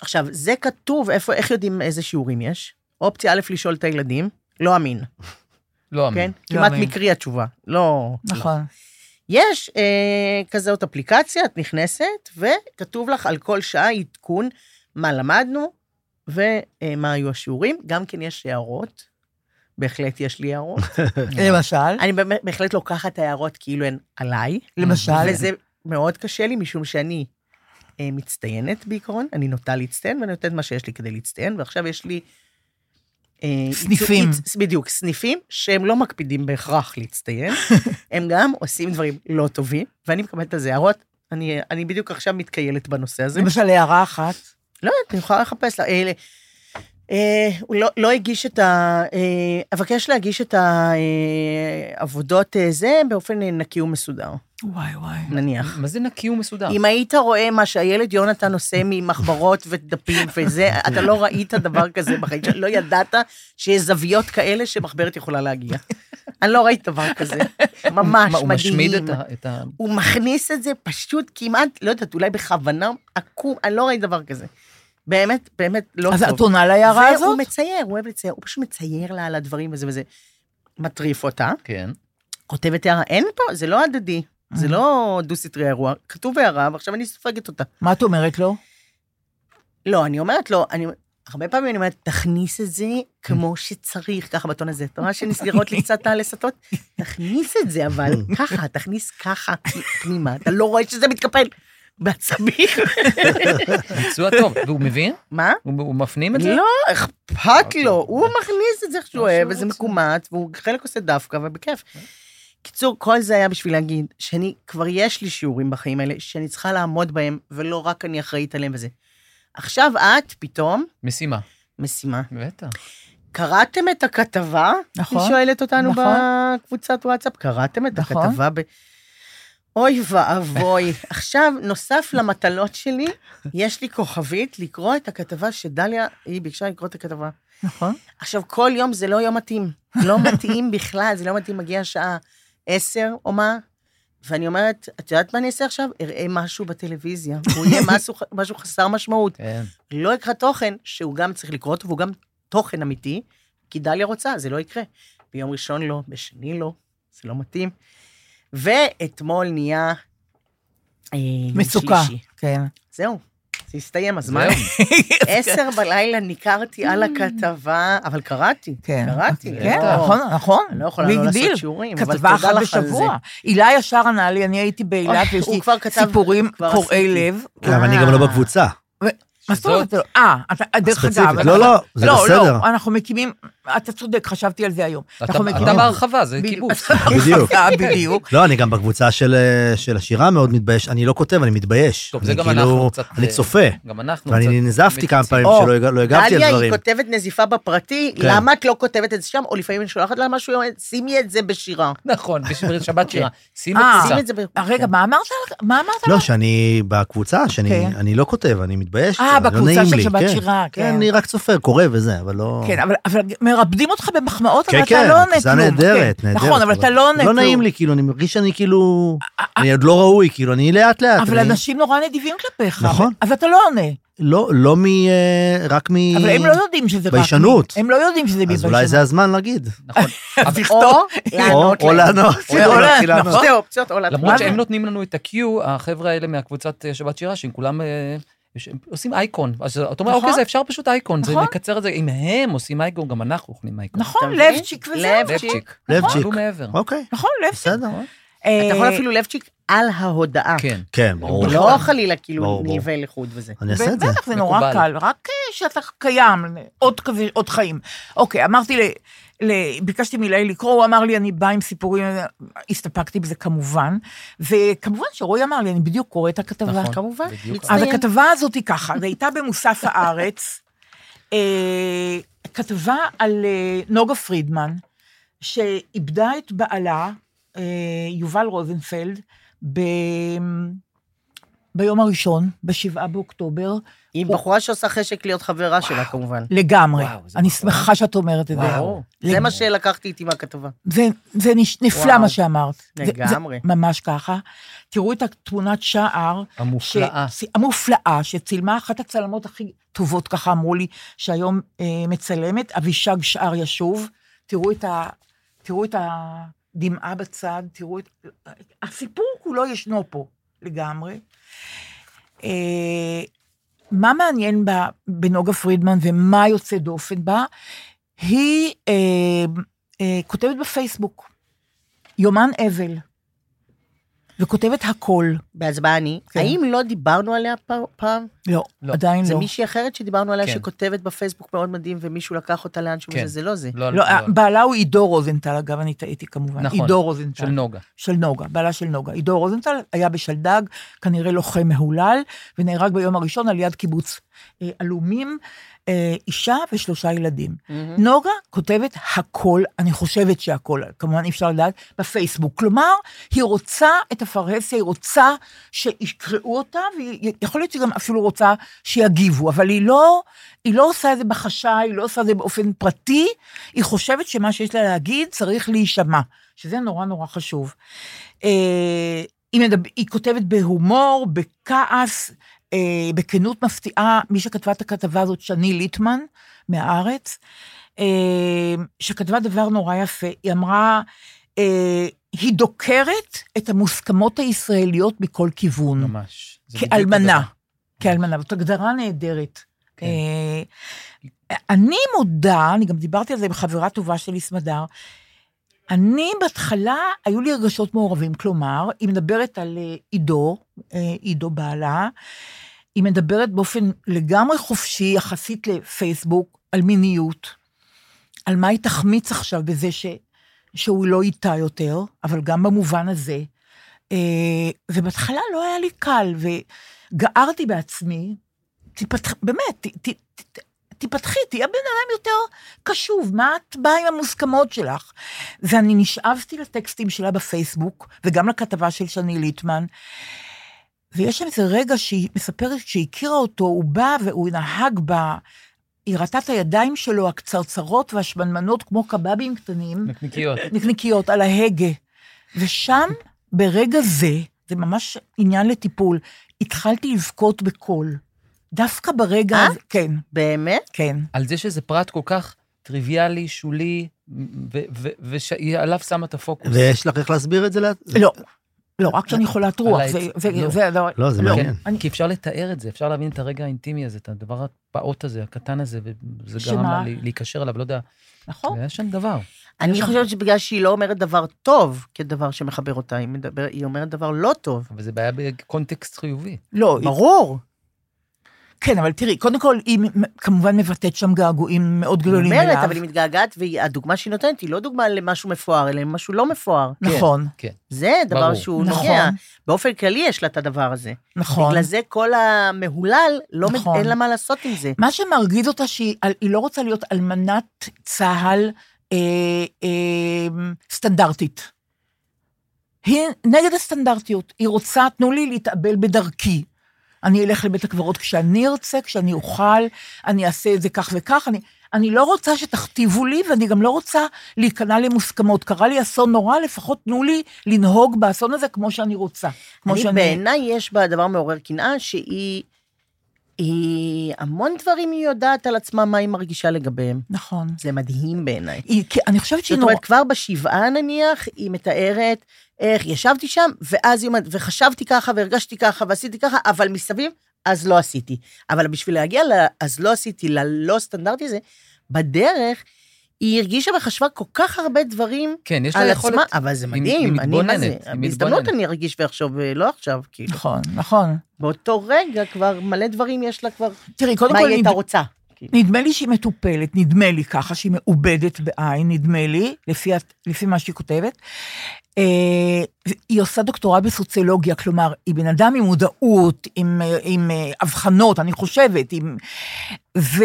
עכשיו, זה כתוב, איפה, איך יודעים איזה שיעורים יש? אופציה א', לשאול את הילדים, לא אמין,
לא אמין.
כן?
כן.
כמעט
אמין.
מקרי התשובה, לא...
נכון.
יש אה, כזאת אפליקציה, את נכנסת, וכתוב לך על כל שעה עדכון מה למדנו ומה היו השיעורים. גם כן יש הערות, בהחלט יש לי הערות. לא.
למשל,
אני באמת- בהחלט לוקחת הערות כאילו הן עליי,
למשל,
וזה מאוד קשה לי, משום שאני אה, מצטיינת בעיקרון, אני נוטה להצטיין, ואני נותנת מה שיש לי כדי להצטיין, ועכשיו יש לי... אה,
סניפים.
עיצו- בדיוק, סניפים שהם לא מקפידים בהכרח להצטיין,
[LAUGHS]
הם גם עושים דברים לא טובים, ואני מקבלת על זה הערות. אני, אני בדיוק עכשיו מתקיילת בנושא הזה.
למשל הערה אחת.
לא יודעת, אני יכולה לחפש לה. אה, אה, הוא לא, לא הגיש את ה... אה, אבקש להגיש את העבודות אה, זה באופן אה, נקי ומסודר,
וואי וואי.
נניח.
מה זה נקי ומסודר?
אם היית רואה מה שהילד יונתן עושה ממחברות ודפים
[LAUGHS]
וזה, אתה לא ראית דבר כזה בחיים שלך, לא ידעת שיש זוויות כאלה שמחברת יכולה להגיע. אני לא ראיתי דבר
[LAUGHS]
כזה, ממש
מה,
מדהים.
הוא משמיד את ה- את ה...
הוא מכניס את זה פשוט כמעט, לא יודעת, אולי בכוונה, עקום, אני לא ראיתי דבר כזה. באמת, באמת לא טוב.
אז את עונה להערה
והוא
הזאת?
מצייר, הוא אוהב לצייר, הוא פשוט מצייר לה על הדברים וזה וזה. מטריף אותה,
כן.
כותבת הערה, אין פה, זה לא הדדי, זה לא דו-סטרי האירוע, כתוב הערה, ועכשיו אני סופגת אותה.
מה את אומרת לו?
לא, אני אומרת לו, אני... הרבה פעמים אני אומרת, תכניס את זה כמו שצריך, ככה בטון הזה. אתה רואה שנסגרות לי קצת הלסתות? תכניס את זה, אבל ככה, תכניס ככה, פנימה. אתה לא רואה שזה מתקפל. בעצבים.
ביצוע טוב. והוא מבין?
מה?
הוא הוא מפנים את זה?
לא, אכפת
אוקיי.
לו, הוא מכניס את זה איך שהוא
מה שהוא
לא,
אוהב, וזה
רוצה.
מקומט, והוא חלק עושה דווקא, ובכיף. קיצור, כל זה היה בשביל להגיד שאני, כבר יש לי שיעורים בחיים האלה, שאני צריכה לעמוד בהם, ולא רק אני אחראית עליהם וזה. עכשיו את, פתאום,
משימה.
משימה.
בטח.
קראתם את הכתבה?
נכון.
היא שואלת אותנו
נכון.
בקבוצת וואטסאפ, קראתם את
נכון.
הכתבה ב... אוי ואבוי.
[LAUGHS]
עכשיו, נוסף למטלות שלי, יש לי כוכבית לקרוא את הכתבה שדליה, היא ביקשה לקרוא את הכתבה.
נכון.
עכשיו, כל יום זה לא יום מתאים. לא מתאים בכלל, זה לא מתאים, מגיעה שעה עשר או מה, ואני אומרת, את יודעת מה אני אעשה עכשיו? אראה משהו בטלוויזיה. הוא יהיה משהו, משהו חסר משמעות.
כן.
לא אקרא תוכן שהוא גם צריך לקרוא אותו, והוא גם תוכן אמיתי, כי דליה רוצה, זה לא יקרה. ביום ראשון לא, בשני לא, זה לא מתאים. ואתמול נהיה... אה, יום
מצוקה.
שלישי.
כן.
זהו, זה הסתיים הזמן.
זהו.
[LAUGHS]
עשר בלילה ניכרתי על הכתבה, אבל קראתי,
כן.
קראתי.
כן,
לא-
נכון, נכון.
אני לא יכולה לא
ביג
לעשות
דיל.
שיעורים, אבל
כתבה אחת
תודה לך על זה.
בשבוע. הילה ישר ענה לי, אני הייתי באילת,
אוי,
ויש
הוא
לי
כבר כתב-
סיפורים
כבר
קורעי
עשיתי.
לב.
למה אני גם לא בקבוצה.
מה זאת אומרת? אה, אתה- דרך אגב.
ספציפית. לא, לא, זה
לא,
בסדר.
לא, אנחנו מקימים, אתה צודק, חשבתי על זה היום.
אתה
אנחנו
אתה
מקימים...
בהרחבה, זה
בדיוק.
קיבוץ.
בדיוק.
אה, בדיוק.
לא, אני גם בקבוצה של, אה, של השירה מאוד מתבייש, אני לא כותב, אני מתבייש.
[LAUGHS] טוב, זה
אני
גם
כאילו-
אנחנו קצת,
אני
אה,
צופה,
גם אנחנו
ואני
קצת
ננזפתי כמה
מציצים.
פעמים
או,
שלא הגע- לא הגבתי
דליה,
על
היא
דברים.
כותבת נזיפה בפרטי,
כן.
למה את לא כותבת את זה שם? או לפעמים אני שולחת לה משהו, היא אומרת, שימי את זה בשירה.
[LAUGHS] נכון, בשביל שבת שירה. שימי
אה,
את
שימי
זה.
את זה ב... כן.
רגע, מה אמרת? על- מה אמרת?
לא,
על-
שאני בקבוצה, שאני
כן.
אני לא כותב, אני מתבייש.
אה,
קצת, לא
בקבוצה
נעים
של
לי,
שבת
כן.
שירה, כן.
כן, אני רק צופה, קורא וזה, אבל לא...
כן, אבל- אבל מרפדים אותך במחמאות, אבל
כן,
אתה
כן,
לא עונה כלום.
קבוצה נהדרת,
כן.
נהדרת.
נכון, אבל אתה לא עונה כלום.
לא נעים לי, כאילו, אני מרגיש שאני כאילו... אני עוד לא ראוי, כאילו, אני לאט לאט.
אה. אבל
אני-
אנשים נורא נדיבים כלפיך.
נכון.
אז אתה לא עונה.
לא, לא מ... אה, רק מ...
אבל הם לא יודעים שזה רק...
ביישנות.
הם לא יודעים שזה מביישנות.
אז אולי זה הזמן להגיד.
נכון. אבל-
או [LAUGHS]
או
לענות
או
להם.
לענות.
או לענות,
להתחיל לענות.
נכון.
שתי אופציות, או להתחיל.
למרות שהם נותנים לנו את ה-Q, החבר'ה האלה מהקבוצת אה, שבת שירה, שהם כולם... אה, יש- הם עושים אייקון, אז אתה אומר,
נכון.
אוקיי, זה אפשר פשוט אייקון, זה
נכון.
מקצר את זה, אם הם עושים אייקון, גם אנחנו יכולים אייקון.
נכון,
אתה מבין?
לבצ'יק וזהו.
לבצ'יק.
לבצ'יק.
עלו מעבר.
אוקיי,
נכון, לבצ'יק. אה,
בסדר.
אתה יכול אפילו לבצ'יק על ההודעה.
כן.
כן, ברור.
לא חלילה כאילו
ברור, ברור.
נלווה לחוד וזה.
אני אעשה את זה.
בטח, זה נורא
מקובל.
קל, רק אה, שאתה קיים, עוד כזה, עוד חיים. אוקיי, אמרתי ל... ל... ביקשתי מילאי לקרוא, הוא אמר לי, אני בא עם סיפורים, הסתפקתי בזה כמובן, וכמובן שרועי אמר לי, אני בדיוק קורא את הכתבה.
נכון.
כמובן,
בדיוק.
מצטיין.
אז הכתבה הזאת היא ככה, היא הייתה במוסף הארץ, אה, כתבה על אה, נוגה פרידמן, שאיבדה את בעלה, אה, יובל רוזנפלד, ב... ביום הראשון, בשבעה באוקטובר,
עם בחורה שעושה חשק להיות חברה שלה כמובן.
לגמרי.
וואו, זה
אני
נכון.
שמחה שאת אומרת את זה.
וואו.
זה מה שלקחתי איתי מהכתבה.
זה, זה נש- נפלא
וואו.
מה שאמרת. זה-
לגמרי.
זה, ממש ככה. תראו את התמונת שער.
המופלאה.
ש... המופלאה, שצילמה אחת הצלמות הכי טובות, ככה אמרו לי, שהיום אה, מצלמת, אבישג שער ישוב. תראו את ה... תראו את ה... דמעה בצד, תראו את... הסיפור כולו ישנו פה לגמרי. אה, מה מעניין בה, בנוגה פרידמן ומה יוצא דופן בה? היא אה, אה, כותבת בפייסבוק, יומן אבל, וכותבת הכל.
אז מה אני?
כן.
האם לא דיברנו עליה פ- פעם?
לא,
לא,
עדיין
זה
לא.
מישהי אחרת שדיברנו עליה
כן.
שכותבת בפייסבוק מאוד מדהים, ומישהו לקח אותה לאן שהוא
כן.
זה, זה לא זה.
לא,
לא,
לא, לא.
בעלה הוא עידו רוזנטל, אגב, אני טעיתי כמובן.
נכון,
עידו רוזנטל.
של נוגה.
של נוגה, בעלה של נוגה. עידו רוזנטל היה בשלדג, כנראה לוחם מהולל, ונהרג ביום הראשון על יד קיבוץ אה, עלומים, אה, אישה ושלושה ילדים.
מהמם.
נוגה כותבת הכל, אני חושבת שהכל, כמובן אי אפשר לדעת, בפייסבוק. כלומר, היא רוצה את הפרהסיה, היא רוצה שיקראו אותה, ויכול להיות שהיא גם אפילו רוצה שיגיבו, אבל היא לא, היא לא עושה את זה בחשאי, היא לא עושה את זה באופן פרטי, היא חושבת שמה שיש לה להגיד צריך להישמע, שזה נורא נורא חשוב. אה, היא, מדבר, היא כותבת בהומור, בכעס, אה, בכנות מפתיעה, מי שכתבה את הכתבה הזאת, שני ליטמן, מהארץ, אה, שכתבה דבר נורא יפה. היא אמרה, אה, היא דוקרת את המוסכמות הישראליות מכל כיוון.
ממש. זה בדיוק
כאלמנה.
הדבר.
כאלמנה, כן, זאת הגדרה נהדרת.
כן.
אה, אני מודה, אני גם דיברתי על זה עם חברה טובה שלי, סמדר, אני בהתחלה, היו לי רגשות מעורבים, כלומר, היא מדברת על אה, עידו, אה, עידו בעלה, היא מדברת באופן לגמרי חופשי, יחסית לפייסבוק, על מיניות, על מה היא תחמיץ עכשיו בזה ש, שהוא לא איתה יותר, אבל גם במובן הזה. אה, ובהתחלה לא היה לי קל, וגערתי בעצמי, תיפתח, באמת, ת, ת, ת, תיפתחי, תהיה בן אדם יותר קשוב, מה את באה עם המוסכמות שלך? ואני נשאבתי לטקסטים שלה בפייסבוק, וגם לכתבה של שני ליטמן, ויש שם איזה רגע שהיא מספרת, כשהיא הכירה אותו, הוא בא והוא נהג בה, היא ראתה את הידיים שלו הקצרצרות והשמנמנות כמו קבבים קטנים,
נקניקיות.
נקניקיות על ההגה. ושם, ברגע זה, זה ממש עניין לטיפול, התחלתי לבכות בקול. דווקא ברגע
אה?
הזה, כן,
באמת?
כן.
על זה שזה פרט כל כך טריוויאלי, שולי, והיא עליו שמה את הפוקוס.
ויש לך איך להסביר את זה? לאט?
לא, לא, רק שאני חולת רוח,
על
זה,
העצ-
זה,
לא.
זה, לא,
לא, זה
לא.
מעניין.
אני-
כי אפשר לתאר את זה, אפשר להבין את הרגע האינטימי הזה, את הדבר הפעוט הזה, הקטן הזה, וזה
שמה?
גרם לה לי- להיקשר אליו, לא יודע.
נכון?
היה שם דבר.
אני
שם-
חושבת שבגלל שהיא לא אומרת דבר טוב כדבר שמחבר אותה, היא מדבר- היא אומרת דבר לא טוב.
אבל זה בעיה בקונטקסט חיובי.
לא,
ברור.
כן, אבל תראי, קודם כל, היא מ- כמובן מבטאת שם געגועים מאוד
היא
גדולים
אומרת,
אליו.
אבל היא מתגעגעת, והדוגמה שהיא נותנת היא לא דוגמה למשהו מפואר, אלא משהו לא מפואר.
נכון,
זה דבר
ברור.
שהוא
נכון.
נוגע. באופן כללי יש לה את הדבר הזה.
נכון.
בגלל זה כל המהולל, לא מד-
נכון.
אין לה מה לעשות עם זה.
מה שמרגיז אותה שהיא על- היא לא רוצה להיות אלמנת צה"ל אה, אה, סטנדרטית. היא נגד הסטנדרטיות, היא רוצה, תנו לי להתאבל בדרכי. אני אלך לבית הקברות כשאני ארצה, כשאני אוכל, אני אעשה את זה כך וכך, אני, אני לא רוצה שתכתיבו לי, ואני גם לא רוצה להיכנע למוסכמות. קרה לי אסון נורא, לפחות תנו לי לנהוג באסון הזה כמו שאני רוצה. כמו
אני
שאני...
בעיניי יש בה דבר מעורר קנאה, שהיא... היא המון דברים היא יודעת על עצמה מה היא מרגישה לגביהם.
נכון.
זה מדהים בעיניי.
היא, כי- אני חושבת שהיא
זאת
נורא...
אומרת, כבר בשבעה נניח, היא מתארת איך ישבתי שם, ואז היא אומרת, וחשבתי ככה, והרגשתי ככה, ועשיתי ככה, אבל מסביב, אז לא עשיתי. אבל בשביל להגיע ל... אז לא עשיתי, ללא סטנדרטי הזה, בדרך, היא הרגישה וחשבה כל כך הרבה דברים
כן, יש לה
על עצמה,
יכולת...
אבל זה
היא-
מדהים,
היא
אני, מה זה,
מתבוננת, היא
בהזדמנות
מתבוננת.
אני ארגיש ואחשוב, לא עכשיו, כאילו.
נכון, נכון.
באותו רגע כבר מלא דברים יש לה כבר,
תראי, קודם
מה
כל,
היא
היא
הייתה רוצה. כאילו.
נדמה לי שהיא מטופלת, נדמה לי ככה, שהיא מעובדת בעין, נדמה לי, לפי, הת- לפי מה שהיא כותבת. אה, היא עושה דוקטורט בסוציולוגיה, כלומר, היא בן אדם עם מודעות, עם, אה, עם אה, אבחנות, אני חושבת, עם... ו,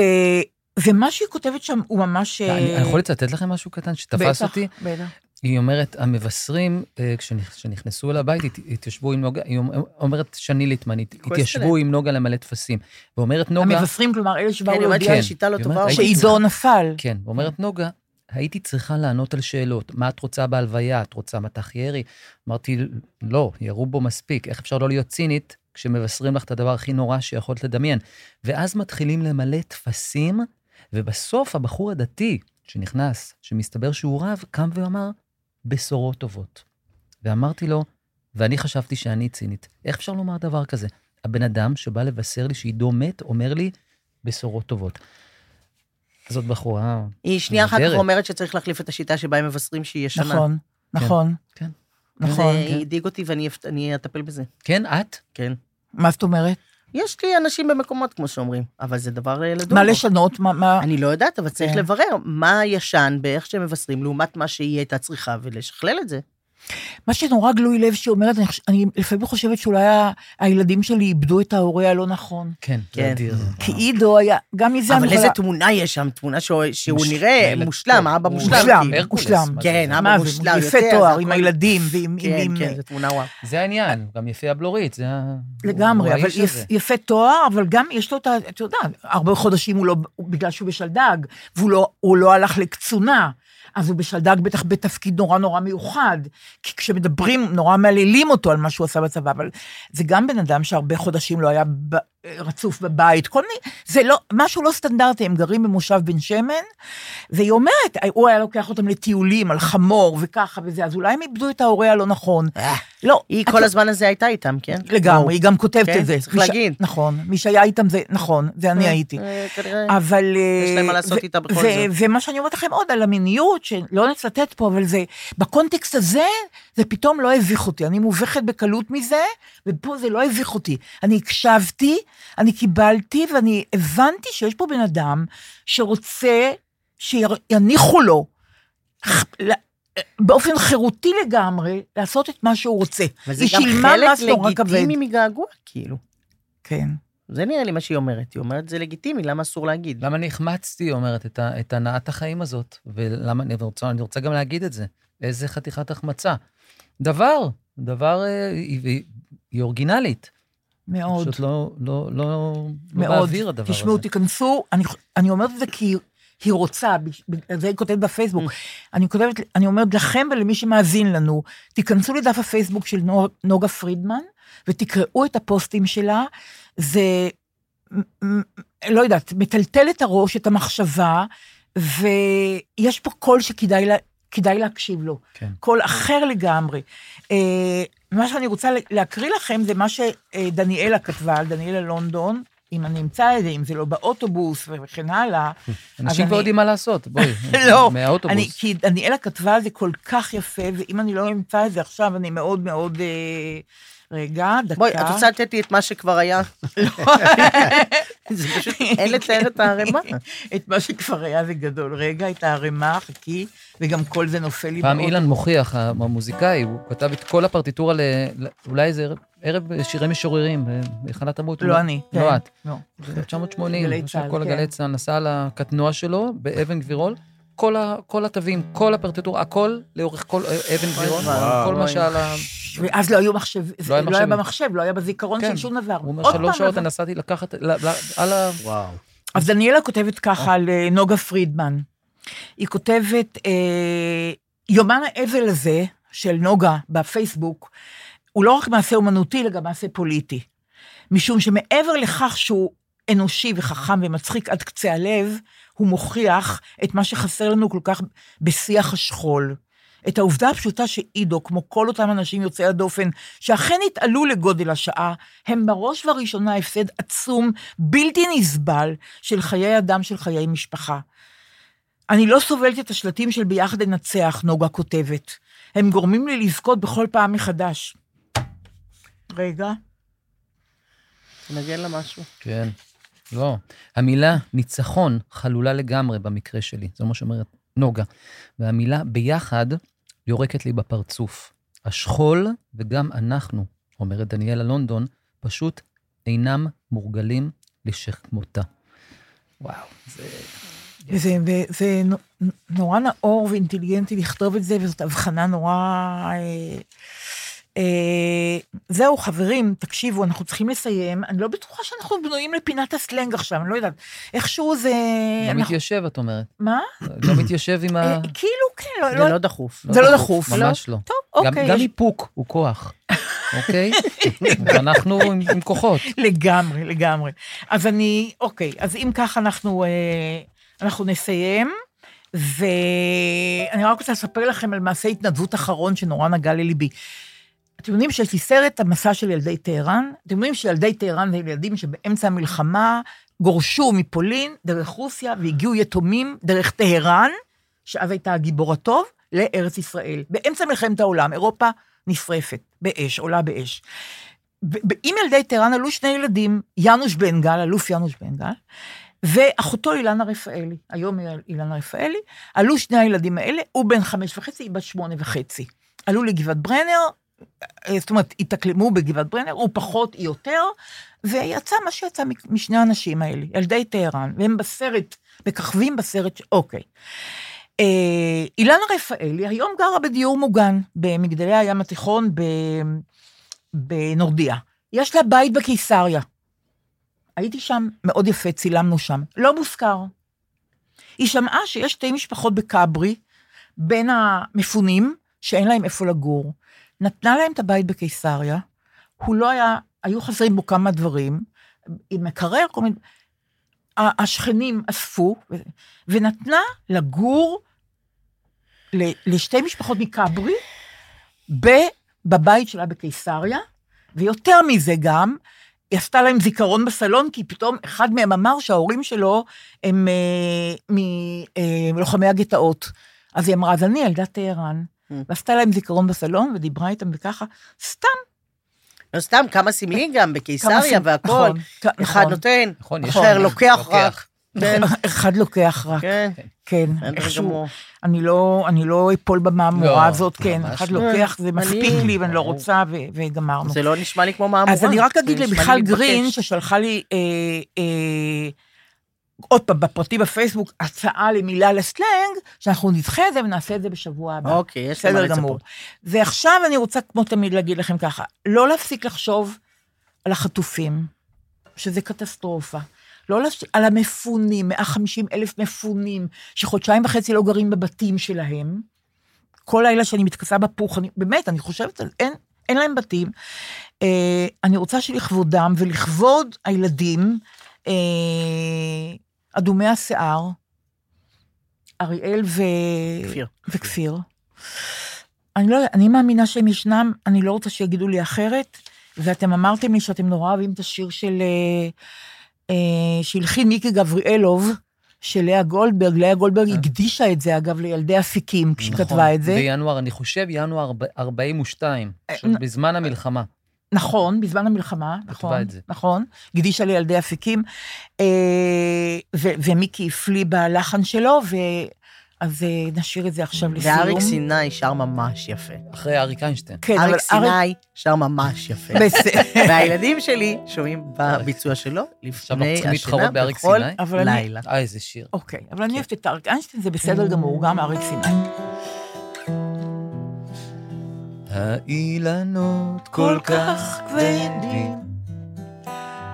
ומה שהיא כותבת שם הוא ממש... אה,
לא, אני אני יכול לצטט לכם משהו קטן שתפס
בטח,
אותי?
בטח.
היא אומרת, המבשרים, אה, כשנכ- כשנכנסו אל הבית, הת- התיישבו עם נוגה, היא אומ- אומרת, שני ליטמן, הת-
כועסת
התיישבו עם נוגה למלא טפסים. ואומרת נוגה,
המבשרים, כלומר, אלה
אני
שבאו
אומרת
להודיע
שהיא שיטה לא
היא
טובה.
אומרת,
או-
הייתי
שעידו נפל.
כן, ואומרת נוגה, הייתי צריכה לענות על שאלות. מה את רוצה בהלוויה? את רוצה מטח ירי? אמרתי, לא, ירו בו מספיק. איך אפשר לא להיות צינית כשמבשרים לך את הדבר הכי נורא שיכולת לדמיין? ואז מתחילים למלא טפסים, ובסוף הבחור הדתי שנכנס, שמסתבר שהוא רב, קם ואמר, בשורות טובות. ואמרתי לו, ואני חשבתי שאני צינית, איך אפשר לומר דבר כזה? הבן אדם שבא לבשר לי שעידו מת, אומר לי, בשורות טובות. זאת בחורה...
היא שנייה אחר כך
נהדרת.
אומרת שצריך להחליף את השיטה שבה הם מבשרים שהיא ישנה.
נכון, נכון.
כן.
נכון.
זה הדאיג אותי ואני אפ- אני אטפל בזה.
כן, את?
כן.
מה זאת אומרת?
יש לי אנשים במקומות, כמו שאומרים, אבל זה דבר אה, לדון
מה
בו.
לשנות? מה- מה...
אני לא יודעת, אבל צריך
כן.
לברר מה ישן באיך שהם מבשרים, לעומת מה שהיא הייתה צריכה, ולשכלל את זה.
מה שנורא גלוי לב שהיא אומרת, אני חוש- אני לפעמים חושבת שאולי ה- הילדים שלי איבדו את ההורה הלא נכון.
כן,
כן.
זה אדיר.
כי עידו היה, גם מזה אני
אבל איזה
יכולה...
תמונה יש שם, תמונה שהוא- שהוא
מוש-
נראה
ילד
מושלם,
טוב.
האבא
הוא
מושלם.
מושלם,
כאילו.
הרקולס,
מושלם.
מה זה?
כן,
מה זה,
אבא מושלם יותר.
יפה
זה
תואר,
הכל-
עם הילדים ועם...
כן,
עם-
כן, זו תמונה וואו.
זה העניין, הוא גם יפה הבלורית, זה ה...
לגמרי,
הוא
אבל
האיש
יפ,
הזה.
יפה תואר, אבל גם יש לו את ה... את יודעת, הרבה חודשים הוא לא... הוא- בגלל שהוא בשלדג, והוא לא, הוא לא הלך לקצונה, אז הוא בשלדג בטח בתפקיד נורא נורא מיוחד. כי כשמדברים, נורא מעלילים אותו על מה שהוא עשה בצבא, אבל זה גם בן אדם שהרבה חודשים לא היה ב, רצוף בבית, כל מיני... זה לא... משהו לא סטנדרטי, הם גרים במושב בן שמן, והיא אומרת, הוא היה לוקח אותם לטיולים על חמור וככה וזה, אז אולי הם איבדו את ההורה הלא נכון.
אה,
לא,
היא
את
כל הזמן הזה הייתה איתם, כן?
לגמרי, היא גם כותבת
כן,
את זה.
צריך
מי ש-
להגיד.
נכון, מי שהיה איתם זה, נכון, זה אני הייתי.
אה, כנראה.
אבל...
יש
אה,
להם מה לעשות
ו-
איתה בכל
ו-
זאת.
ומה שאני אומרת לכם עוד על המיניות, שלא נצטט פה, אבל זה, בקונטקסט הזה, זה פתאום לא הביך אותי. אני מובכת בקלות מזה, ופה זה לא הביך אותי. אני הקשבתי, אני קיבלתי, ואני הבנתי שיש פה בן אדם שרוצה שיניחו לו, ח- ל- אה, באופן חירותי לגמרי, לעשות את מה שהוא רוצה.
וזה
היא
גם
שילמה מס
חלק
נורא כבד.
לגיטימי מגעגוע, כאילו.
כן.
זה נראה לי מה שהיא אומרת. היא אומרת, זה לגיטימי, למה אסור להגיד?
למה אני החמצתי, היא אומרת, את, ה, את הנעת החיים הזאת, ולמה אני רוצה, אני רוצה גם להגיד את זה. איזה חתיכת החמצה. דבר, דבר, אה, היא, היא, היא אורגינלית.
מאוד.
פשוט לא, לא, לא, לא
מאוד.
באוויר הדבר
תשמעו,
הזה.
תיכנסו, אני, אני אומרת את זה כי היא רוצה, בגלל זה היא כותבת
Mm.
בפייסבוק. אני כותבת, אני אומרת לכם ולמי שמאזין לנו, תיכנסו לדף הפייסבוק של נוג, נוגה פרידמן, ותקראו את הפוסטים שלה. זה, מ- מ- לא יודעת, מטלטל את הראש, את המחשבה, ויש פה קול שכדאי לה, כדאי להקשיב לו.
כן.
קול אחר לגמרי. אה, מה שאני רוצה להקריא לכם זה מה שדניאלה כתבה, דניאלה לונדון, אם אני אמצא את זה, אם זה לא באוטובוס וכן הלאה. אז
אנשים כבר
אני-
יודעים מה לעשות, בואי.
[LAUGHS] לא,
מהאוטובוס.
אני, כי דניאלה כתבה על זה כל כך יפה, ואם אני לא אמצא את זה עכשיו, אני מאוד מאוד... אה, רגע, דקה.
בואי, את רוצה לתת לי את מה שכבר היה? [LAUGHS]
[LAUGHS]
זה פשוט, אין לתאר את הערימה.
את מה שכבר היה זה גדול. רגע, את הערימה, חכי, וגם כל זה נופל לי
פעם
באוטו.
אילן מוכיח, המוזיקאי, הוא כתב את כל הפרטיטורה ל... ל- אולי איזה ערב- ערב שירי משוררים, בהיכלת המות.
לא אני.
לא
כן,
את.
לא.
1980,
גלי
עכשיו
צה"ל,
כל
כן.
הגלי צה"ל נסע על הקטנוע שלו באבן גבירול, כל ה- כל התווים, כל הפרטיטורה, הכל לאורך כל אה, אבן גבירול,
וואו.
כל מה שעל ה...
ואז לא היו מחשב,
לא היה
לא היה
מחשב.
במחשב, לא היה בזיכרון
כן.
של שום דבר.
הוא אומר
עוד פעם נכון.
שלוש שעות
לבוא.
אני נסעתי לקחת, ל- ל- על ה...
וואו.
אז דניאלה כותבת ככה על אה, נוגה פרידמן. היא כותבת, אה, יומן האבל הזה של נוגה בפייסבוק, הוא לא רק מעשה אומנותי, אלא גם מעשה פוליטי. משום שמעבר לכך שהוא אנושי וחכם ומצחיק עד קצה הלב, הוא מוכיח את מה שחסר לנו כל כך בשיח השכול. את העובדה הפשוטה שעידו, כמו כל אותם אנשים יוצאי הדופן, שאכן התעלו לגודל השעה, הם בראש ובראשונה הפסד עצום, בלתי נסבל, של חיי אדם, של חיי משפחה. אני לא סובלת את השלטים של ביחד ננצח, נוגה כותבת. הם גורמים לי לבכות בכל פעם מחדש. רגע.
נגן לה משהו.
כן. לא. המילה ניצחון חלולה לגמרי במקרה שלי, זה מה שאומרת נוגה. והמילה ביחד יורקת לי בפרצוף. השכול וגם אנחנו, אומרת דניאלה לונדון, פשוט אינם מורגלים לשכמותה.
אה,
וואו, זה...
זה, זה נו- נורא נאור ואינטליגנטי לכתוב את זה, וזאת הבחנה נורא... אה, אה, זהו, חברים, תקשיבו, אנחנו צריכים לסיים. אני לא בטוחה שאנחנו בנויים לפינת הסלנג עכשיו, אני לא יודעת. איכשהו זה...
לא
אנחנו-
מתיישב, את אומרת.
מה?
לא מתיישב עם
אה,
ה...
כאילו, כן, לא...
זה לא דחוף.
זה לא דחוף.
ממש לא.
טוב,
גם-
אוקיי.
גם
יש-
איפוק הוא
[LAUGHS]
כוח, אוקיי? ואנחנו עם עם כוחות.
[LAUGHS] לגמרי, לגמרי. אז אני, אוקיי, אז אם כך אנחנו, אה, אנחנו נסיים, ואני רק רוצה לספר לכם על מעשה התנדבות אחרון שנורא נגע לליבי. אתם יודעים שיש לי סרט, המסע של ילדי טהרן. אתם יודעים שילדי טהרן זה ילדים שבאמצע המלחמה גורשו מפולין דרך רוסיה והגיעו יתומים דרך טהרן, שאז הייתה הגיבור הטוב, לארץ ישראל. באמצע מלחמת העולם, אירופה נשרפת באש, עולה באש. ב- ב- עם ילדי טהרן עלו שני ילדים, יאנוש בנגל, אלוף יאנוש בנגל, ואחותו אילנה רפאלי, היום היא אילנה רפאלי, עלו שני הילדים האלה, הוא בן חמש וחצי, היא בת שמונה וחצי. עלו לגבעת ברנר, אה, זאת אומרת, התאקלמו בגבעת ברנר, הוא פחות, היא יותר, ויצא מה שיצא מ- משני האנשים האלה, ילדי טהרן, והם בסרט, מככבים בסרט, ש- אוקיי. אה, אילנה רפאלי היום גרה בדיור מוגן, במגדלי הים התיכון ב... בנורדיה. יש לה בית בקיסריה. הייתי שם, מאוד יפה, צילמנו שם. לא מוזכר. היא שמעה שיש שתי משפחות בכברי, בין המפונים, שאין להם איפה לגור. נתנה להם את הבית בקיסריה, הוא לא היה, היו חסרים בו כמה דברים, עם מקרר, כל מיני... ה- השכנים אספו, ו- ונתנה לגור ל- לשתי משפחות מכברי, ב- בבית שלה בקיסריה, ויותר מזה גם, היא עשתה להם זיכרון בסלון, כי פתאום אחד מהם אמר שההורים שלו הם אה, מלוחמי אה, הגטאות. אז היא אמרה, אז אני ילדת טהרן.
Mm.
ועשתה להם זיכרון בסלון, ודיברה איתם וככה, סתם.
לא סתם, כמה סמלי גם,
כמה
בקיסריה
סיב-
והכול.
נכון, כ-
אחד
נכון.
נותן,
נכון, יש...
אחר לוקח
לוקח.
רק. כן,
[LAUGHS] אחד לוקח רק,
כן,
כן,
בסדר
איכשהו.
גמור.
אני לא, אני לא אפול במהמורה
לא,
הזאת, כן,
ממש
אחד
לא.
לוקח, זה
אני-
מספיק לי ואני לא
ברור.
רוצה, ו- וגמרנו.
זה לא נשמע לי כמו מהמורה.
אז אני רק אגיד
זה נשמע לי
למיכל
מתבקש.
גרין, ששלחה לי, אה, אה, עוד פעם, בפרטי בפייסבוק, הצעה למילה לסלנג, שאנחנו נדחה את זה ונעשה את זה בשבוע הבא.
אוקיי, יש למה
בסדר גמור.
לצפות.
ועכשיו אני רוצה, כמו תמיד, להגיד לכם ככה, לא להפסיק לחשוב על החטופים, שזה קטסטרופה. לא להפסיק, על המפונים, 150 אלף מפונים, שחודשיים וחצי לא גרים בבתים שלהם. כל לילה שאני מתכסה בפוך, אני, באמת, אני חושבת על... אין, אין להם בתים. אה, אני רוצה שלכבודם ולכבוד הילדים, אה, אדומי השיער, אריאל ו...
כפיר.
וכפיר. אני לא, אני מאמינה שהם ישנם, אני לא רוצה שיגידו לי אחרת, ואתם אמרתם לי שאתם נורא אוהבים את השיר של... אה, אה, שהלחין מיקי גבריאלוב, של לאה גולדברג. לאה גולדברג
אה.
הקדישה את זה, אגב, לילדי אפיקים, כשהיא
נכון,
כתבה את זה.
בינואר, אני חושב, ינואר ארבע- 42,
אה,
פשוט בזמן המלחמה.
נכון, בזמן המלחמה, נכון,
את זה.
נכון, הקדישה לילדי אפיקים, אה, ו- ומיקי הפליא בלחן שלו, ו... אז אה, נשאיר את זה עכשיו לסיום.
ואריק סיני שר ממש יפה.
אחרי אריק איינשטיין.
כן, אבל
אריק
אריק...
סיני שר ממש יפה.
בסדר.
והילדים שלי שומעים בביצוע שלו
עכשיו אנחנו צריכים
לפני השינה
להתחרות באריק
בכל
סיני?
אבל אני...
לילה.
אה, איזה שיר.
אוקיי, אבל אני אוהבת את אריק איינשטיין, זה בסדר גמור, גם אריק סיני.
האילנות
כל כך כבדים,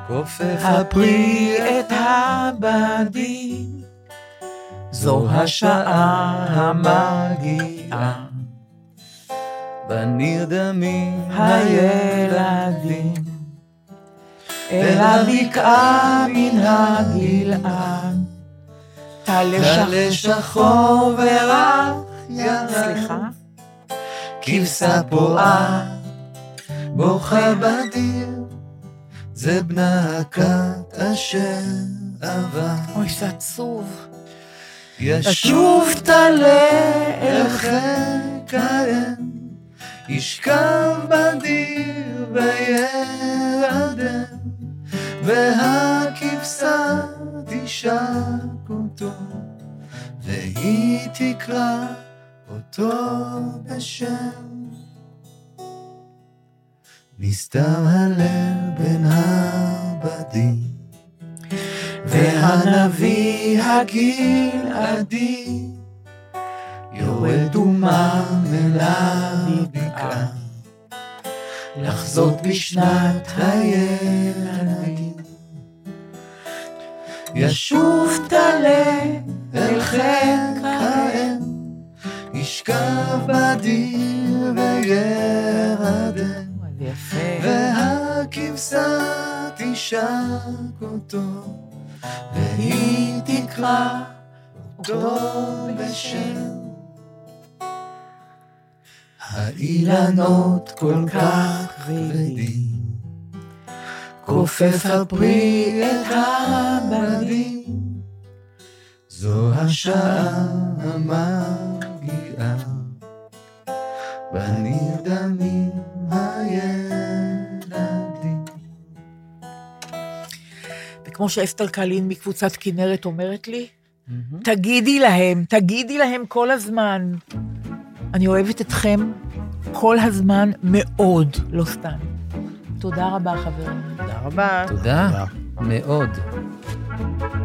כופף
הפרי את הבדים, זו השעה המגיעה,
בנרדמים
הילדים, אל הבקעה מן הגלעד, טלה שחור ורח ירד. סליחה?
כבשה פועה, בוכה בדיר, זה בנה הכת אשר עבר.
אוי, זה עצוב.
ישוב תעלה אל חיק האם, ישכב בדיר וירדם, והכבשה תשק אותו, והיא תקרא אותו בשם. נסתר הלב בין הבדים. והנביא הגלעדי יורד ומם אל הבקעה לחזות בשנת הילדים ישוב תעלה אל חלק האם ישכב בדיר וירדם
אוי, זה יפה.
והכבשה תשק אותו, והיא תקרא דוב בשם. האילנות כל כך כבדים, כופף הפרי את הבדים. זו השעה המגיעה, בנרדמים הילדים.
וכמו שאסתר קלין מקבוצת כנרת אומרת לי, תגידי להם, תגידי להם כל הזמן. אני אוהבת אתכם כל הזמן מאוד, לא סתם. תודה רבה, חברים.
תודה רבה.
תודה
תודה.
מאוד.